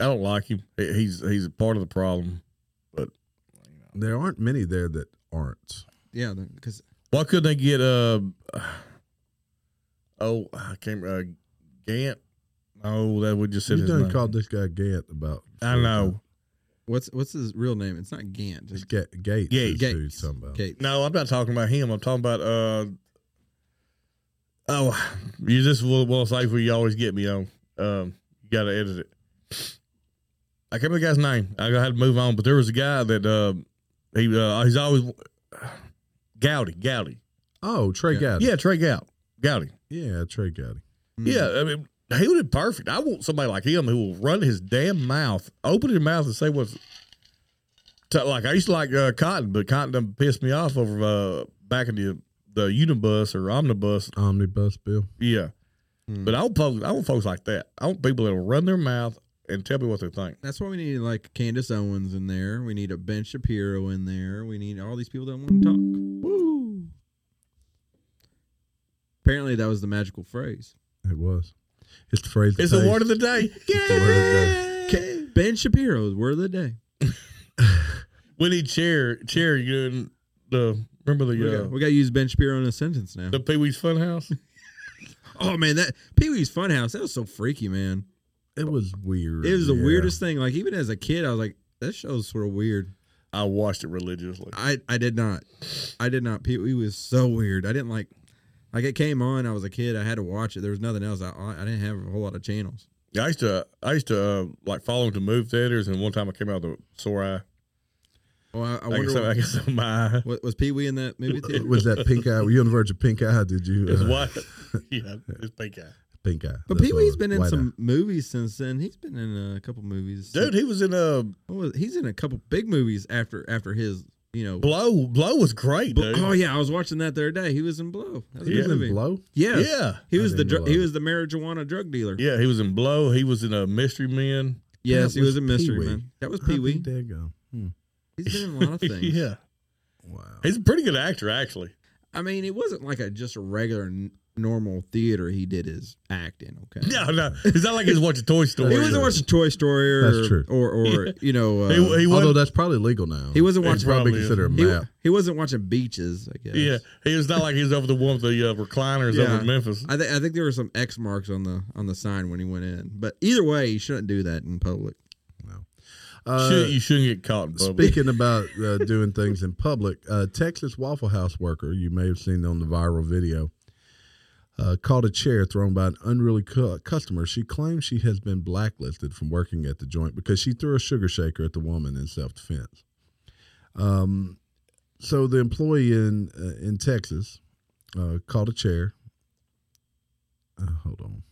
Speaker 3: I don't like him. He- He's he's a part of the problem.
Speaker 1: There aren't many there that aren't.
Speaker 4: Yeah. Because
Speaker 3: Why couldn't they get uh oh I can't uh, Gant? Oh, that would just said
Speaker 1: You
Speaker 3: his
Speaker 1: done
Speaker 3: name.
Speaker 1: called this guy Gant about.
Speaker 3: I know.
Speaker 4: what's what's his real name? It's not Gant.
Speaker 1: It's
Speaker 4: It's
Speaker 1: Ga- Gates.
Speaker 3: Gates.
Speaker 1: is who he's
Speaker 4: Gates.
Speaker 1: talking about.
Speaker 4: Gates.
Speaker 3: No, I'm not talking about him. I'm talking about uh oh you just will will say where you always get me on. Um you gotta edit it. I can't remember the guy's name. I had to move on, but there was a guy that uh he uh, he's always Gowdy, Gowdy.
Speaker 1: Oh, Trey
Speaker 4: Yeah.
Speaker 1: Gowdy.
Speaker 3: Yeah, Trey Gow. Gowdy.
Speaker 1: yeah, Trey Gowdy.
Speaker 4: Mm.
Speaker 3: Yeah, I mean, he would have perfect. I want somebody like him who will run his damn mouth, open his mouth, and say what's. t- like I used to like uh, Cotton, but Cotton done pissed me off over uh, back in the the Unibus or Omnibus.
Speaker 1: Omnibus bill.
Speaker 3: Yeah,
Speaker 4: Hmm.
Speaker 3: but I want folks, I want folks like that. I want people that will run their mouth and tell me what they think.
Speaker 4: That's why we need like Candace Owens in there. We need a Ben Shapiro in there. We need all these people that want to talk. Woo. Apparently that was the magical phrase.
Speaker 1: It was. It's the phrase. that
Speaker 3: It's the
Speaker 1: pays.
Speaker 3: word of the day.
Speaker 1: the word of the
Speaker 3: Yeah.
Speaker 4: Ben Shapiro's word of the day.
Speaker 3: We need chair, chair. You and the remember
Speaker 4: We,
Speaker 3: the
Speaker 4: got,
Speaker 3: uh,
Speaker 4: we got to use Ben Shapiro in a sentence now.
Speaker 3: the Pee Wee's Funhouse.
Speaker 4: Oh man, that Pee Wee's Funhouse. That was so freaky, man.
Speaker 1: It was weird.
Speaker 4: It was the
Speaker 1: yeah.
Speaker 4: weirdest thing. Like even as a kid, I was like, that show's sort of weird.
Speaker 3: I watched it religiously.
Speaker 4: I I did not, I did not. Pee Wee was so weird. I didn't like, like it came on. I was a kid. I had to watch it. There was nothing else. I I I didn't have a whole lot of channels.
Speaker 3: Yeah, I used to, I used to uh, like follow him to move theaters, and one time I came out with a sore eye.
Speaker 4: Oh, I, I
Speaker 3: I, guess
Speaker 4: wonder
Speaker 3: I, I
Speaker 4: what,
Speaker 3: guess my eye
Speaker 4: what- was Pee Wee in that movie
Speaker 1: It
Speaker 4: theater.
Speaker 1: was that pink eye. Were you on the verge of pink eye? Did you?
Speaker 3: is
Speaker 1: uh,
Speaker 3: what. yeah, it's pink eye.
Speaker 1: Pink eye.
Speaker 4: But
Speaker 1: That's
Speaker 4: Pee
Speaker 1: what it
Speaker 4: Wee's
Speaker 1: was.
Speaker 4: been in
Speaker 1: White eye.
Speaker 4: some movies since then. He's been in a couple movies.
Speaker 3: Dude, he was in uh, a
Speaker 4: What was- he's in a couple big movies after after his you know.
Speaker 3: blow. Blow was great,
Speaker 4: Blo-
Speaker 3: dude.
Speaker 4: oh yeah, I was watching that the other day. He was in Blow. That was a
Speaker 1: He
Speaker 4: good
Speaker 1: was in
Speaker 4: movie.
Speaker 1: blow.
Speaker 4: Yes.
Speaker 3: yeah,
Speaker 4: He
Speaker 1: I
Speaker 4: was the
Speaker 1: didn't
Speaker 4: dr- he was
Speaker 1: realize
Speaker 4: the marijuana drug dealer.
Speaker 3: yeah. He was in blow. He was in a mystery men.
Speaker 4: Yes,
Speaker 1: That
Speaker 4: he
Speaker 1: was
Speaker 4: was a mystery
Speaker 1: Pee-wee.
Speaker 4: man. That was
Speaker 1: I
Speaker 4: Pee Wee.
Speaker 1: think There you go. Hmm.
Speaker 4: He's been in a lot of things.
Speaker 3: yeah,
Speaker 1: Wow.
Speaker 3: he's a pretty good actor actually.
Speaker 4: I mean, it wasn't like a just a regular n- normal theater. He did his acting. Okay.
Speaker 3: No, no, it's not like he's watching Toy Story.
Speaker 4: He wasn't
Speaker 1: true.
Speaker 4: watching Toy Story or
Speaker 1: That's true.
Speaker 4: or, or you know uh,
Speaker 3: He, he wasn't.
Speaker 1: Although that's probably legal now.
Speaker 4: he wasn't
Speaker 3: He
Speaker 4: watching
Speaker 1: probably
Speaker 3: probably is.
Speaker 1: consider a
Speaker 4: he,
Speaker 1: map.
Speaker 4: he wasn't watching beaches. I guess.
Speaker 3: yeah, he was not like he was over the one with the uh, recliners over
Speaker 4: Yeah.
Speaker 3: in Memphis.
Speaker 4: I think I think there were some X marks on the on the sign when he went in. But either way, he shouldn't do that in public.
Speaker 1: Uh,
Speaker 3: Should- you shouldn't get caught in public.
Speaker 1: Speaking about uh, doing things in public, uh, Texas Waffle House worker, you may have seen on the viral video, uh, caught a chair thrown by an unruly cu- customer. She claims she has been blacklisted from working at the joint because she threw a sugar shaker at the woman in self defense. Um, so the employee in uh, in Texas uh, caught a chair. Uh, hold on.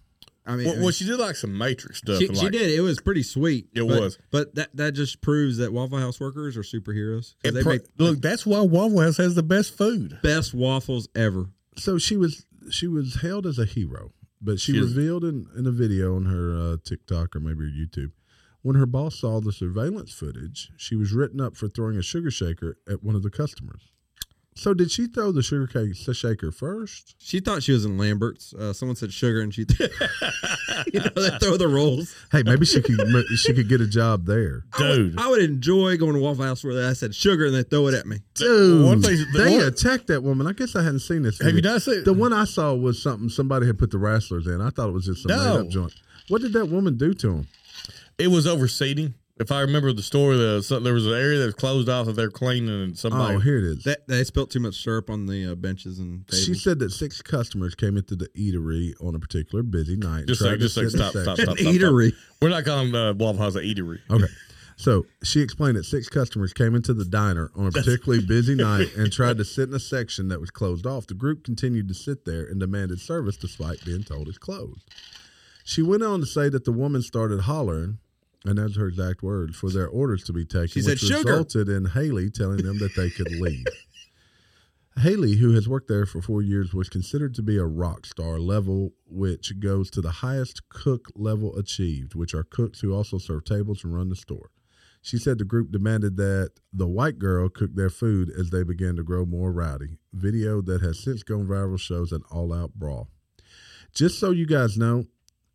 Speaker 4: I mean,
Speaker 3: Well, well, she did like some Matrix stuff.
Speaker 4: she,
Speaker 3: and,
Speaker 4: she
Speaker 3: like,
Speaker 4: did. It was pretty sweet.
Speaker 3: It
Speaker 4: but-
Speaker 3: was.
Speaker 4: But that that just proves that Waffle House workers are superheroes. 'cause
Speaker 3: It
Speaker 4: They
Speaker 3: pro-
Speaker 4: make
Speaker 3: look, that's why Waffle House has the best food.
Speaker 4: best waffles ever.
Speaker 1: so she was she was hailed as a hero, but she
Speaker 3: She is-
Speaker 1: revealed in, in a video on her uh, TikTok or maybe her YouTube when her boss saw the surveillance footage, she was written up for throwing a sugar shaker at one of the customers. So did she throw the sugar cake the shaker first?
Speaker 4: She thought she was in Lambert's. Uh, someone said sugar, and she, you know, they throw the rolls.
Speaker 1: Hey, maybe she could mo- she could get a job there.
Speaker 3: Dude.
Speaker 4: I would enjoy going to Waffle House where I said sugar, and they throw it at me.
Speaker 1: Dude,
Speaker 3: one thing- the
Speaker 1: they
Speaker 3: one-
Speaker 1: attacked that woman. I guess I hadn't seen this.
Speaker 3: Have you
Speaker 1: video.
Speaker 3: not seen
Speaker 1: The one I saw was something somebody had put the wrestlers in. I thought it was just some
Speaker 3: No.
Speaker 1: made up joint. What did that woman do to him?
Speaker 3: It was over seating. If I remember the story, the, so there was an area that was closed off that they're cleaning and somebody.
Speaker 1: Oh, here it is.
Speaker 4: That they spilt too much syrup on the uh, benches and tables.
Speaker 1: She said that six customers came into the eatery on a particular busy night. and
Speaker 3: Just
Speaker 1: tried
Speaker 3: say-
Speaker 1: to
Speaker 3: just say
Speaker 1: sit in
Speaker 3: stop,
Speaker 1: the
Speaker 3: stop,
Speaker 1: section.
Speaker 3: stop.
Speaker 4: eatery.
Speaker 3: We're not calling uh, Waffle House an eatery.
Speaker 1: Okay. So she explained that six customers came into the diner on a particularly busy night and tried to sit in a section that was closed off. The group continued to sit there and demanded service despite being told it's closed. She went on to say that the woman started hollering And that's her exact words for their orders to be taken,
Speaker 3: She
Speaker 1: which
Speaker 3: said, "Sugar."
Speaker 1: resulted in Haley telling them that they could leave. Haley, who has worked there for four years, was considered to be a rock star level, which goes to the highest cook level achieved, which are cooks who also serve tables and run the store. She said the group demanded that the white girl cook their food as they began to grow more rowdy. Video that has since gone viral shows an all out brawl. Just so you guys know,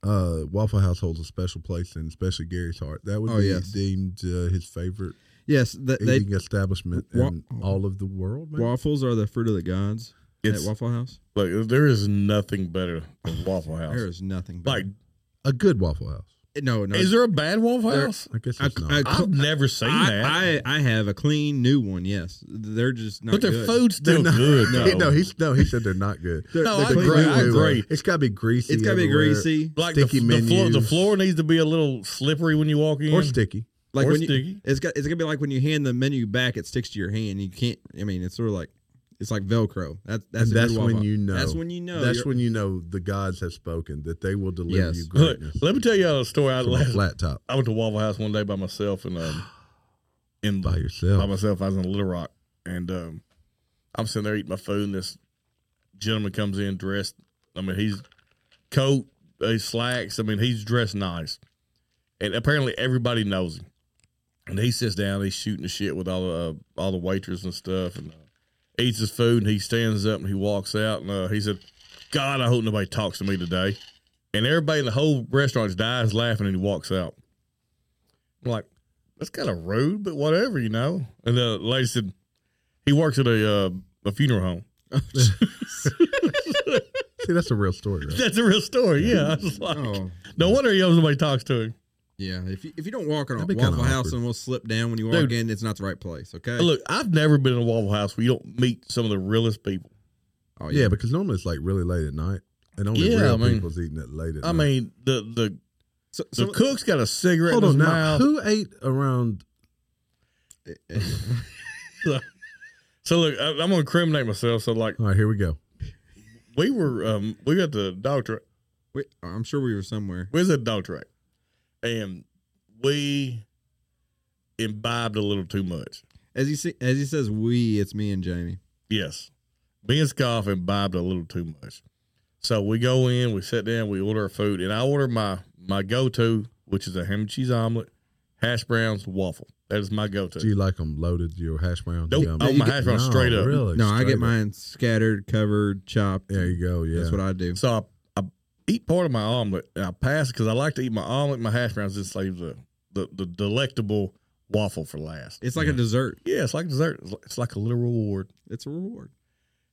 Speaker 1: uh, Waffle House holds a special place in especially Gary's heart. That would
Speaker 4: Oh,
Speaker 1: be
Speaker 4: yes.
Speaker 1: deemed uh, his favorite
Speaker 4: Yes, th- they
Speaker 1: eating establishment
Speaker 4: Wa-
Speaker 1: in all of the world. maybe?
Speaker 4: waffles are the fruit of the gods
Speaker 3: It's-
Speaker 4: at Waffle House.
Speaker 3: Look, there is nothing better than Waffle
Speaker 4: There
Speaker 3: House.
Speaker 4: is nothing. better. Eh,
Speaker 3: Like,
Speaker 1: a good Waffle House.
Speaker 4: no, no.
Speaker 3: is there a bad Waffle
Speaker 4: There-
Speaker 3: House?
Speaker 1: I guess
Speaker 4: I-
Speaker 1: it's not.
Speaker 4: I-
Speaker 3: I've never seen that.
Speaker 4: I, I I have a clean new one. Yes, they're just not.
Speaker 3: but their
Speaker 4: good.
Speaker 3: food's still
Speaker 1: They're not-
Speaker 3: good.
Speaker 1: He-
Speaker 3: Though.
Speaker 1: no, he's no. He said they're not good.
Speaker 4: They're-
Speaker 3: No,
Speaker 4: they're
Speaker 1: They're
Speaker 3: I
Speaker 4: clean.
Speaker 3: agree,
Speaker 1: completely
Speaker 3: I agree.
Speaker 1: wrong. It's got to be greasy.
Speaker 4: It's gotta be
Speaker 1: everywhere,
Speaker 4: greasy.
Speaker 3: like the,
Speaker 1: sticky
Speaker 3: the, floor, the
Speaker 1: menus.
Speaker 3: floor needs to be a little slippery when you walk in.
Speaker 1: or sticky.
Speaker 4: Like
Speaker 3: or
Speaker 4: when you,
Speaker 3: sticky.
Speaker 4: it's got it's gonna be like when you hand the menu back, it sticks to your hand. You can't. I mean, it's sort of like it's like Velcro. That's
Speaker 1: and
Speaker 4: that's a good
Speaker 1: that's when
Speaker 4: Waffle.
Speaker 1: you know.
Speaker 4: That's when you know.
Speaker 1: That's
Speaker 4: you're-
Speaker 1: when you know the gods have spoken that they will deliver
Speaker 4: Yes.
Speaker 1: you
Speaker 3: Look,
Speaker 1: greatness.
Speaker 3: let me tell you a story. I,
Speaker 1: from a
Speaker 3: last,
Speaker 1: flat top
Speaker 3: I went to Waffle House one day by myself and um, in
Speaker 1: by
Speaker 3: by
Speaker 1: yourself.
Speaker 3: myself. I was in Little Rock, and um, I'm sitting there eating my food, and this gentleman comes in dressed. I mean, he's coat, his slacks. I mean, he's dressed nice, and apparently everybody knows him. And he sits down, he's shooting the shit with all the uh, all the waiters and stuff, and uh, eats his food, and he stands up and he walks out, and uh, he said, "God, I hope nobody talks to me today." And everybody in the whole restaurant just dies laughing, and he walks out. I'm like, that's kind of rude, but whatever, you know. And the lady said, he works at a uh, a funeral home.
Speaker 1: Oh, See, that's a real story. Right?
Speaker 3: That's a real story. Yeah, I was like,
Speaker 4: Oh
Speaker 3: no wonder he knows nobody talks to him.
Speaker 4: yeah. If you, if you don't walk in a
Speaker 1: That'd be kinda
Speaker 4: Waffle House
Speaker 1: awkward.
Speaker 4: and we'll slip down when you walk
Speaker 3: Dude.
Speaker 4: in, it's not the right place. Okay.
Speaker 3: Look, I've never been in a Waffle House where you don't meet some of the realest people.
Speaker 4: Oh
Speaker 1: yeah, because normally it's like really late at night, and only
Speaker 3: Yeah,
Speaker 1: real
Speaker 3: I mean-
Speaker 1: people's eating it late at
Speaker 3: I
Speaker 1: night.
Speaker 3: mean, the the
Speaker 4: So,
Speaker 3: the cook's got a cigarette
Speaker 1: hold
Speaker 3: in
Speaker 1: on
Speaker 3: his
Speaker 1: now.
Speaker 3: mouth.
Speaker 1: Who ate around?
Speaker 3: So look, I, I'm gonna incriminate myself. So like,
Speaker 1: All right, here we go.
Speaker 3: we were um we got the dog track.
Speaker 4: Wait, I'm sure we were somewhere.
Speaker 3: We was at the dog track, and we imbibed a little too much.
Speaker 4: As he se- as he says, we. It's me and Jamie.
Speaker 3: Yes. Me and Scoff imbibed a little too much. So we go in, we sit down, we order our food, and I order my my go to, which is a ham and cheese omelet, hash browns, waffle. That is my go
Speaker 1: Do
Speaker 3: to.
Speaker 1: you like them loaded? Your hash browns?
Speaker 3: Nope,
Speaker 1: yum?
Speaker 3: I want my hash browns
Speaker 1: No,
Speaker 3: straight up.
Speaker 1: Really?
Speaker 4: No, I
Speaker 1: straight
Speaker 4: get
Speaker 1: up.
Speaker 4: mine scattered, covered, chopped.
Speaker 1: There you go. Yeah,
Speaker 4: That's what I do.
Speaker 3: So I, I eat part of my omelet and I pass because I like to eat my omelet, my hash browns, and save the, the, the delectable waffle for last.
Speaker 4: It's like
Speaker 1: Yeah.
Speaker 4: a dessert.
Speaker 3: Yeah, it's like dessert. It's like- It's like a little reward.
Speaker 4: It's a reward.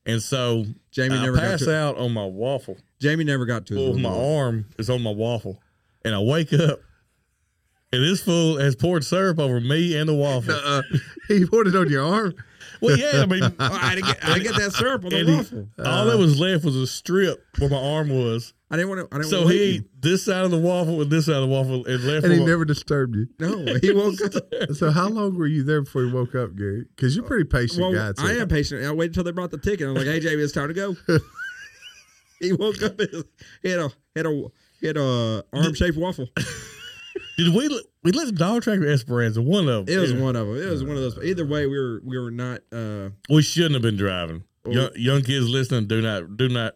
Speaker 3: And so
Speaker 4: Jamie
Speaker 3: I
Speaker 4: never got
Speaker 3: pass
Speaker 4: to,
Speaker 3: out on my waffle.
Speaker 4: Jamie never got to his
Speaker 3: Well, my
Speaker 4: reward.
Speaker 3: arm is on my waffle, and I wake up, and this fool has poured syrup over me and the waffle.
Speaker 1: Uh, he poured it on your arm.
Speaker 3: Well, yeah, I mean,
Speaker 4: Oh, I didn't get, I didn't get that syrup on the
Speaker 3: And he-
Speaker 4: waffle.
Speaker 3: all that was left was a strip where my arm was.
Speaker 4: I didn't want to. I didn't
Speaker 3: So
Speaker 4: want
Speaker 3: he ate this side of the waffle and this side of the waffle and left.
Speaker 1: And he
Speaker 3: my-
Speaker 1: never disturbed you.
Speaker 4: No, he woke up.
Speaker 1: So how long were you there before you woke up, Gary? Because
Speaker 3: Uh,
Speaker 1: you're a pretty patient guy.
Speaker 4: Well,
Speaker 1: Too.
Speaker 4: I am patient. I waited until they brought the ticket. I'm like, hey, Jamie, it's time to go. he woke up. and He had a had a had a arm shaped waffle.
Speaker 3: Did we let- we let the dog track with Esperanza? One of
Speaker 4: It
Speaker 3: them.
Speaker 4: was one of them. It was one of those. Either way, we were we were not. Uh,
Speaker 3: We shouldn't have been driving.
Speaker 4: Oh.
Speaker 3: Young, young kids listening, do not do not.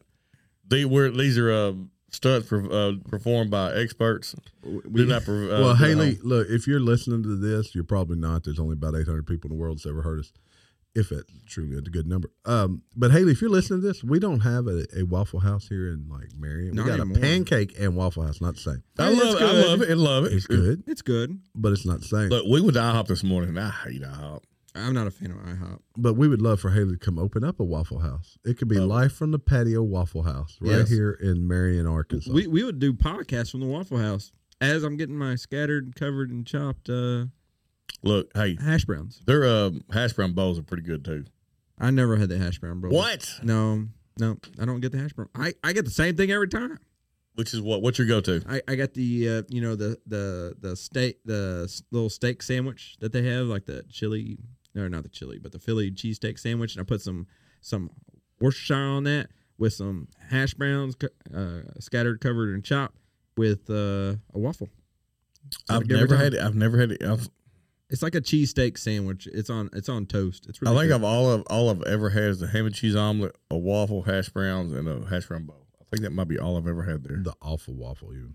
Speaker 3: They were these are uh, stunts per, uh, performed by experts.
Speaker 4: we,
Speaker 3: Do not. per- Uh,
Speaker 1: well,
Speaker 3: do not-
Speaker 1: Haley, look, if you're listening to this, you're probably not. There's only about 800 people in the world that's ever heard us, if it's truly a good number. Um, but Haley, if you're listening to this, we don't have a, a Waffle House here in like Marion. We
Speaker 4: Not
Speaker 1: got
Speaker 4: anymore.
Speaker 1: a pancake and Waffle House, not the same.
Speaker 3: I
Speaker 4: Hey,
Speaker 3: love,
Speaker 4: it's
Speaker 3: it, I
Speaker 4: good.
Speaker 3: love it. I love it.
Speaker 1: It's good,
Speaker 4: it's good.
Speaker 1: but it's not the same.
Speaker 3: Look, we went to IHOP this morning. and I hate IHOP.
Speaker 4: I'm not a fan of IHOP.
Speaker 1: But we would love for Haley to come open up a Waffle House. It could be
Speaker 3: Oh.
Speaker 1: live from the patio Waffle House right
Speaker 4: Yes.
Speaker 1: here in Marion, Arkansas.
Speaker 4: We we would do podcasts from the Waffle House as I'm getting my scattered, covered, and chopped uh,
Speaker 3: Look, hey,
Speaker 4: hash browns.
Speaker 3: their uh, hash brown bowls are pretty good too.
Speaker 4: I never had the hash brown, bro.
Speaker 3: What?
Speaker 4: No, no, I don't get the hash brown. I, I get the same thing every time.
Speaker 3: Which is what? What's your go-to?
Speaker 4: I, I got the uh, you know the the the steak the s- little steak sandwich that they have like the chili no not the chili but the Philly cheesesteak sandwich and I put some some Worcestershire on that with some hash browns co- uh, scattered covered and chopped with uh, a waffle.
Speaker 3: I've
Speaker 4: it good every
Speaker 3: never
Speaker 4: time?
Speaker 3: had it. I've never had it. I've,
Speaker 4: It's like a cheesesteak sandwich. It's on it's on toast. It's
Speaker 3: I
Speaker 4: really
Speaker 3: think
Speaker 4: good.
Speaker 3: I've all of all I've ever had is a ham and cheese omelet, a waffle, hash browns, and a hash brown bowl. I think that might be all I've ever had there.
Speaker 1: The awful waffle, you.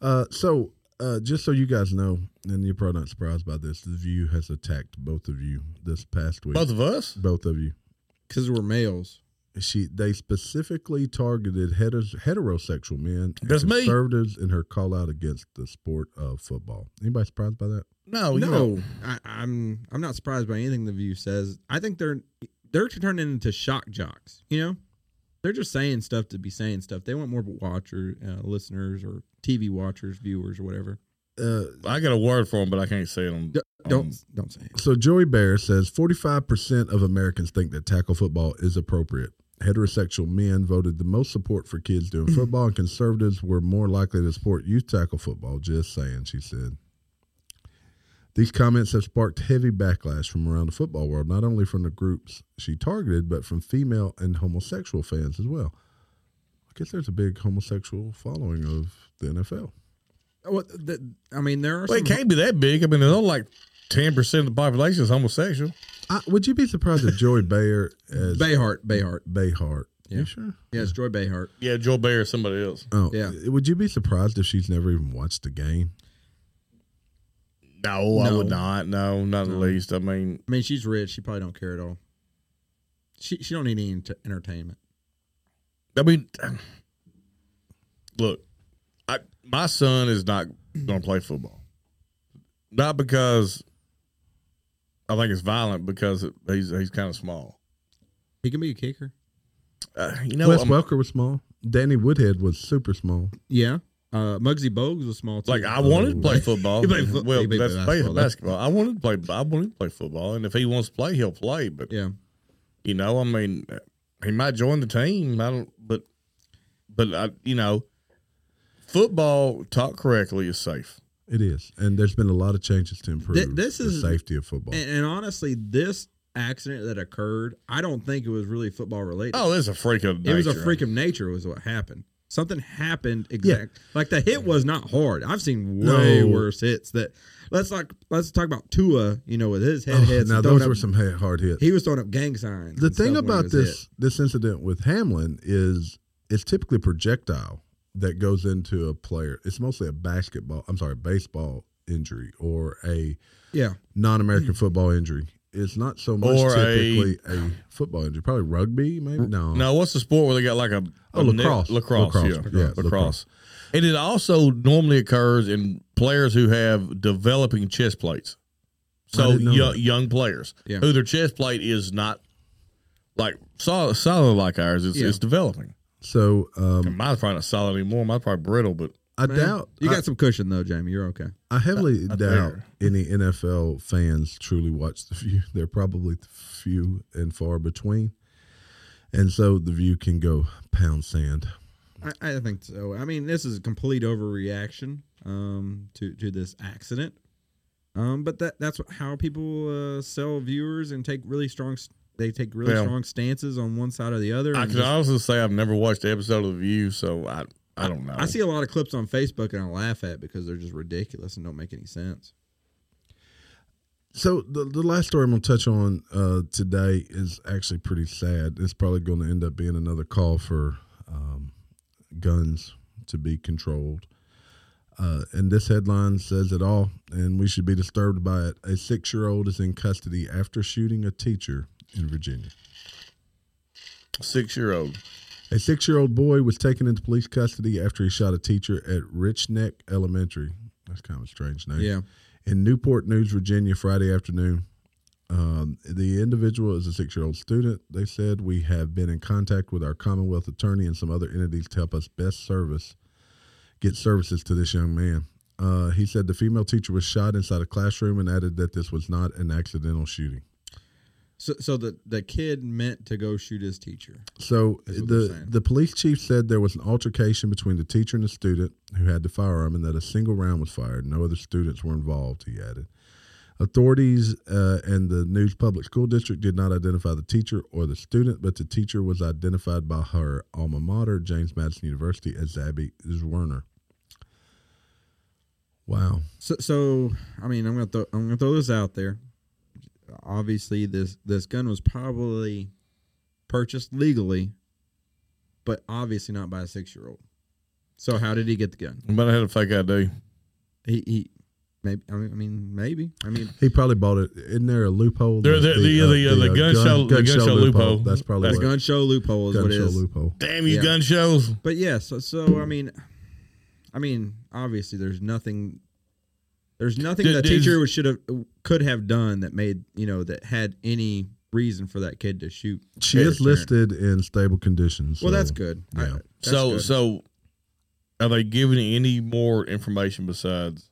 Speaker 1: Uh, so, uh, just so you guys know, and you're probably not surprised by this, the view has attacked both of you this past week.
Speaker 3: Both of us.
Speaker 1: Both of you.
Speaker 4: because we're males.
Speaker 1: She they specifically targeted heter- heterosexual men, and
Speaker 3: That's me.
Speaker 1: conservatives, in her call out against the sport of football. Anybody surprised by that?
Speaker 3: No,
Speaker 4: Oh,
Speaker 3: you know,
Speaker 4: no, I, I'm I'm not surprised by anything the View says. I think they're they're turning into shock jocks. You know, they're just saying stuff to be saying stuff. They want more watcher uh, listeners or TV watchers, viewers, or whatever.
Speaker 1: Uh,
Speaker 3: I got a word for them, but I can't say it on.
Speaker 4: D- don't don't say it.
Speaker 1: so Joey Bear says 45% of Americans think that tackle football is appropriate. Heterosexual men voted the most support for kids doing football, and conservatives were more likely to support youth tackle football. Just saying, she said. These comments have sparked heavy backlash from around the football world, not only from the groups she targeted, but from female and homosexual fans as well. I guess there's a big homosexual following of the NFL.
Speaker 4: Well, the, I mean, there are
Speaker 3: Well, it
Speaker 4: some
Speaker 3: can't be that big. I mean, there's only like ten percent of the population is homosexual.
Speaker 1: I, would you be surprised if Joey Bayer as
Speaker 4: Bayhart, Bayhart.
Speaker 1: Bayhart? You
Speaker 4: Yeah.
Speaker 1: sure?
Speaker 4: Yeah, it's Joy Bayhart.
Speaker 3: Yeah, Joe Bear or somebody else.
Speaker 1: Oh, yeah.
Speaker 4: Yeah.
Speaker 1: Would you be surprised if she's never even watched the game?
Speaker 3: No, I
Speaker 4: No.
Speaker 3: would not. No, not the least. I mean,
Speaker 4: I mean, she's rich. She probably don't care at all. She she don't need any ent- entertainment.
Speaker 3: I mean, look, I, my son is not going to play football. Not because I think it's violent, because it, he's he's kind of small.
Speaker 4: He can be a kicker.
Speaker 3: Uh, you know,
Speaker 1: Wes
Speaker 4: um,
Speaker 3: I'm-
Speaker 1: Welker was small. Danny Woodhead was super small.
Speaker 4: Yeah. Uh, Muggsy Bogues was small too.
Speaker 3: like I wanted to play football.
Speaker 4: He played fo-
Speaker 3: well,
Speaker 4: he played
Speaker 3: that's basketball.
Speaker 4: basketball, though.
Speaker 3: basketball. I wanted to play. I wanted to play football, and if he wants to play, he'll play. But
Speaker 4: yeah.
Speaker 3: You know, I mean, he might join the team. I don't, but, but I, you know, football taught correctly is safe.
Speaker 1: It is, and there's been a lot of changes to improve
Speaker 4: Th- this
Speaker 1: the
Speaker 4: is-
Speaker 1: safety of football.
Speaker 4: And, and honestly, this accident that occurred, I don't think it was really football related.
Speaker 3: Oh, it's a freak of
Speaker 4: it was a
Speaker 3: nature.
Speaker 4: freak of nature. Was what happened. Something happened exact. Like the hit was not hard. I've seen way
Speaker 1: No.
Speaker 4: worse hits. That let's like let's talk about Tua. You know, with his head
Speaker 1: Oh,
Speaker 4: heads.
Speaker 1: now
Speaker 4: and throwing
Speaker 1: those
Speaker 4: up-
Speaker 1: were some ha- hard hits.
Speaker 4: He was throwing up gang signs.
Speaker 1: the
Speaker 4: and stuff
Speaker 1: thing
Speaker 4: when he
Speaker 1: about
Speaker 4: was hit.
Speaker 1: this this incident with Hamlin is it's typically projectile that goes into a player. It's mostly a basketball. I'm sorry, baseball injury or a
Speaker 4: yeah. Hmm.
Speaker 1: non-American football injury. It's not so much
Speaker 3: Or a-
Speaker 1: typically a, football injury. Probably rugby, maybe. No,
Speaker 3: Now, what's the sport where they got like a,
Speaker 1: Oh,
Speaker 3: a
Speaker 1: lacrosse.
Speaker 3: lacrosse,
Speaker 1: Lacrosse,
Speaker 3: yeah,
Speaker 1: yeah,
Speaker 3: lacrosse.
Speaker 1: lacrosse.
Speaker 3: And it also normally occurs in players who have developing chest plates. So
Speaker 1: I didn't know
Speaker 3: yo-
Speaker 1: that.
Speaker 3: young players
Speaker 4: Yeah.
Speaker 3: who their chest plate is not like solid, solid like ours. It's,
Speaker 4: Yeah.
Speaker 3: it's developing.
Speaker 1: So um,
Speaker 3: Mine's probably not solid anymore. Mine's probably brittle, but
Speaker 1: I
Speaker 4: Man,
Speaker 1: doubt
Speaker 4: you
Speaker 1: I-
Speaker 4: got some cushion though, Jamie. You're okay.
Speaker 1: I heavily
Speaker 3: I
Speaker 1: doubt
Speaker 3: figure.
Speaker 1: any NFL fans truly watch The View. They're probably few and far between. And so The View can go pound sand.
Speaker 4: I, I think so. I mean, this is a complete overreaction um, to to this accident. Um, but that that's how people uh, sell viewers and take really strong. s- They take really
Speaker 3: Yeah.
Speaker 4: strong stances on one side or the other.
Speaker 3: I
Speaker 4: and
Speaker 3: can
Speaker 4: just-
Speaker 3: honestly say I've never watched an episode of The View, so I I don't know.
Speaker 4: I see a lot of clips on Facebook and I laugh at because they're just ridiculous and don't make any sense.
Speaker 1: So the, the last story I'm going to touch on uh, today is actually pretty sad. It's probably going to end up being another call for um, guns to be controlled. Uh, and this headline says it all, and we should be disturbed by it. A six year old is in custody after shooting a teacher in Virginia.
Speaker 3: six year old.
Speaker 1: A six year old boy was taken into police custody after he shot a teacher at Rich Neck Elementary. That's kind of a strange name.
Speaker 4: Yeah,
Speaker 1: In Newport News, Virginia, Friday afternoon. Um, the individual is a six year old student. They said we have been in contact with our Commonwealth attorney and some other entities to help us best service, get services to this young man. Uh, he said the female teacher was shot inside a classroom and added that this was not an accidental shooting.
Speaker 4: so so the the kid meant to go shoot his teacher.
Speaker 1: So
Speaker 4: Is what they're
Speaker 1: the
Speaker 4: saying.
Speaker 1: the police chief said there was an altercation between the teacher and the student who had the firearm, and that a single round was fired. No other students were involved. He added. Authorities uh, and the News Public School District did not identify the teacher or the student, but the teacher was identified by her alma mater, James Madison University, as Abby Zwerner. Wow.
Speaker 4: So, so I mean, I'm gonna throw I'm gonna throw this out there. Obviously, this this gun was probably purchased legally, but obviously not by a six year old. So, how did he get the gun?
Speaker 3: But I had a fake ID.
Speaker 4: He, he maybe. I mean, I mean, maybe. I mean,
Speaker 1: He probably bought it. Isn't there a loophole? uh,
Speaker 3: There- there- the- the- the gun show- the gun show loophole.
Speaker 1: That's probably
Speaker 3: That's
Speaker 4: the
Speaker 1: what,
Speaker 4: gun show loophole is
Speaker 1: gun
Speaker 4: what it
Speaker 1: show
Speaker 4: is.
Speaker 1: loophole.
Speaker 3: Damn you,
Speaker 4: Yeah.
Speaker 3: gun shows.
Speaker 4: But yeah, so, so I mean, I mean, obviously, there's nothing. There's nothing
Speaker 3: Did-
Speaker 4: that
Speaker 3: did-
Speaker 4: teacher should have could have done that made you know that had any reason for that kid to shoot.
Speaker 1: She
Speaker 4: at
Speaker 1: is
Speaker 4: his parent.
Speaker 1: listed in stable condition. So
Speaker 4: Well, that's good. I-
Speaker 1: yeah.
Speaker 4: that's
Speaker 3: so
Speaker 4: good.
Speaker 3: so are they giving any more information besides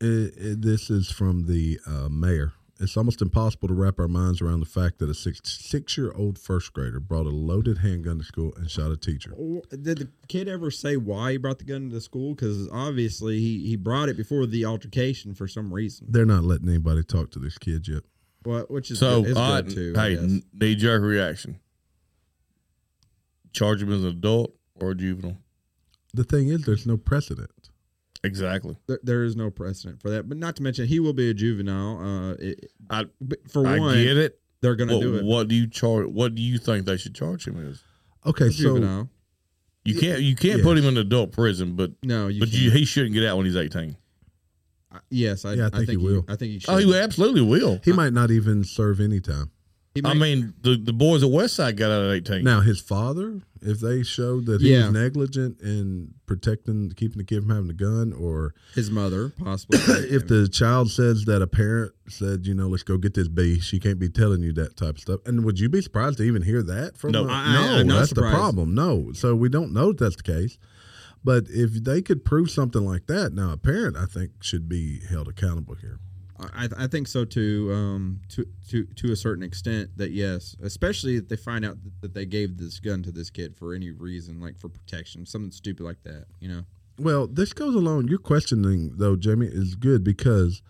Speaker 1: It, it, this is from the uh, mayor. It's almost impossible to wrap our minds around the fact that a six six year old first grader brought a loaded handgun to school and shot a teacher.
Speaker 4: Wh- did the kid ever say why he brought the gun to the school? Because obviously he he brought it before the altercation for some reason.
Speaker 1: They're not letting anybody talk to this kid yet.
Speaker 4: What which is
Speaker 3: so
Speaker 4: good, is
Speaker 3: I,
Speaker 4: good too. I
Speaker 3: hey
Speaker 4: guess.
Speaker 3: knee jerk reaction charge him as an adult or a juvenile
Speaker 1: The thing is, there's no precedent.
Speaker 3: exactly
Speaker 4: There, there is no precedent for that. But not to mention he will be a juvenile. Uh, it,
Speaker 3: i
Speaker 4: but for
Speaker 3: i
Speaker 4: one,
Speaker 3: get it
Speaker 4: they're gonna
Speaker 3: what,
Speaker 4: do it.
Speaker 3: what do you charge what do you think they should charge him as
Speaker 1: Okay, so
Speaker 4: juvenile.
Speaker 3: you can't you can't put him in adult prison but
Speaker 4: No, you
Speaker 3: but
Speaker 4: can't.
Speaker 3: you, he shouldn't get out when he's 18
Speaker 4: I- yes, I,
Speaker 1: Yeah,
Speaker 4: I, think, he will. I think he should.
Speaker 3: oh he absolutely will
Speaker 1: he might not even serve any time.
Speaker 4: He
Speaker 3: i
Speaker 4: may-
Speaker 3: mean the, the boys at west side got out at 18
Speaker 1: Now, his father, if they showed that he
Speaker 4: Yeah.
Speaker 1: was negligent in protecting, keeping the kid from having the gun, or
Speaker 4: his mother possibly.
Speaker 1: if the child says that a parent said, you know, let's go get this bee, she can't be telling you that type of stuff. And would you be surprised to even hear that from?
Speaker 3: No.
Speaker 1: a-
Speaker 3: I-
Speaker 4: I-
Speaker 1: no,
Speaker 4: I'm not
Speaker 1: that's
Speaker 4: surprised.
Speaker 1: the problem. No, so we don't know if that's the case. But if they could prove something like that, now a parent, I think, should be held accountable here.
Speaker 4: I, I think so too. Um, to to to a certain extent that yes, especially if they find out that they gave this gun to this kid for any reason, like for protection, something stupid like that. You know,
Speaker 1: Well, this goes along. Your questioning, though, Jamie, is good because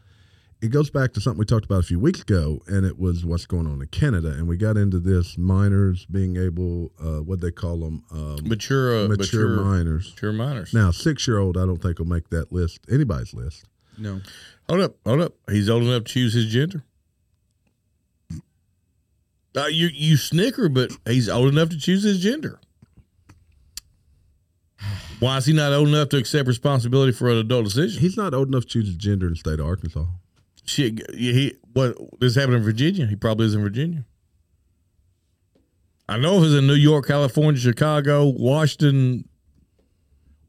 Speaker 1: it goes back to something we talked about a few weeks ago, and it was what's going on in Canada. And we got into this minors being able, uh, what they call them, um,
Speaker 3: mature uh,
Speaker 1: mature,
Speaker 3: mature,
Speaker 1: minors.
Speaker 3: mature minors
Speaker 1: Now, six year old, I don't think will make that list, anybody's list.
Speaker 4: no,
Speaker 3: Hold up, hold up. He's old enough to choose his gender. Uh, you you snicker, but he's old enough to choose his gender. Why is he not old enough to accept responsibility for an adult decision?
Speaker 1: He's not old enough to choose his gender in the state of Arkansas.
Speaker 3: Shit, he, he- what this happened in Virginia? He probably is in Virginia. I know if it's in New York, California, Chicago, Washington,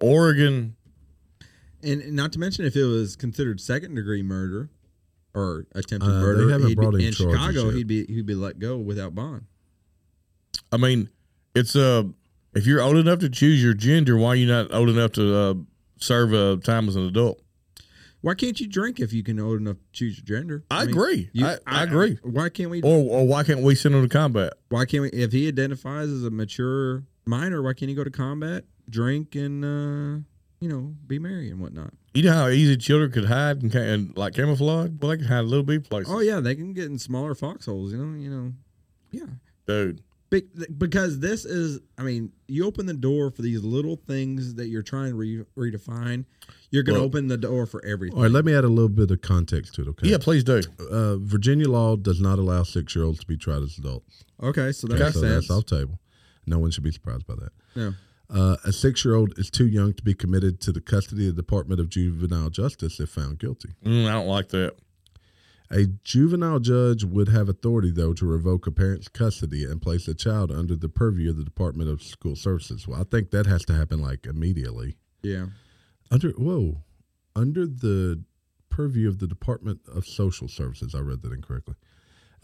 Speaker 3: Oregon.
Speaker 4: and, and not to mention if it was considered second degree murder or attempted
Speaker 1: Uh, they
Speaker 4: murder,
Speaker 1: haven't
Speaker 4: he'd
Speaker 1: brought
Speaker 4: be,
Speaker 1: any
Speaker 4: in
Speaker 1: charges
Speaker 4: Chicago,
Speaker 1: yet.
Speaker 4: he'd be he'd be let go without bond.
Speaker 3: I mean, it's uh, if you're old enough to choose your gender, why are you not old enough to uh, serve a time as an adult?
Speaker 4: Why can't you drink if you can old enough to choose your gender?
Speaker 3: I
Speaker 4: mean,
Speaker 3: agree.
Speaker 4: you-
Speaker 3: I- I agree.
Speaker 4: Why can't we
Speaker 3: Or, or why can't we send him to combat?
Speaker 4: Why can't we? If he identifies as a mature minor, why can't he go to combat, drink, and uh, you know, be merry and whatnot?
Speaker 3: You know how easy children could hide and, ca- and like camouflage. Well, they can hide in little bee places.
Speaker 4: Oh yeah, they can get in smaller foxholes. You know, you know, yeah.
Speaker 3: dude.
Speaker 4: Be- because this is, I mean, you open the door for these little things that you're trying to re- redefine. You're going to
Speaker 3: Well-
Speaker 4: open the door for everything.
Speaker 1: All right, let me add a little bit of context to it, okay?
Speaker 3: Yeah, please do.
Speaker 1: Uh, Virginia law does not allow six year olds to be tried as adults.
Speaker 4: Okay, so that
Speaker 1: Okay,
Speaker 4: makes
Speaker 1: so
Speaker 4: sense.
Speaker 1: that's off table. No one should be surprised by that.
Speaker 4: No.
Speaker 1: Uh, a six year old is too young to be committed to the custody of the Department of Juvenile Justice if found guilty.
Speaker 3: Mm, I don't like that.
Speaker 1: A juvenile judge would have authority, though, to revoke a parent's custody and place a child under the purview of the Department of School Services. Well, I think that has to happen like immediately.
Speaker 4: Yeah.
Speaker 1: Under, whoa, under the purview of the Department of Social Services. I read that incorrectly.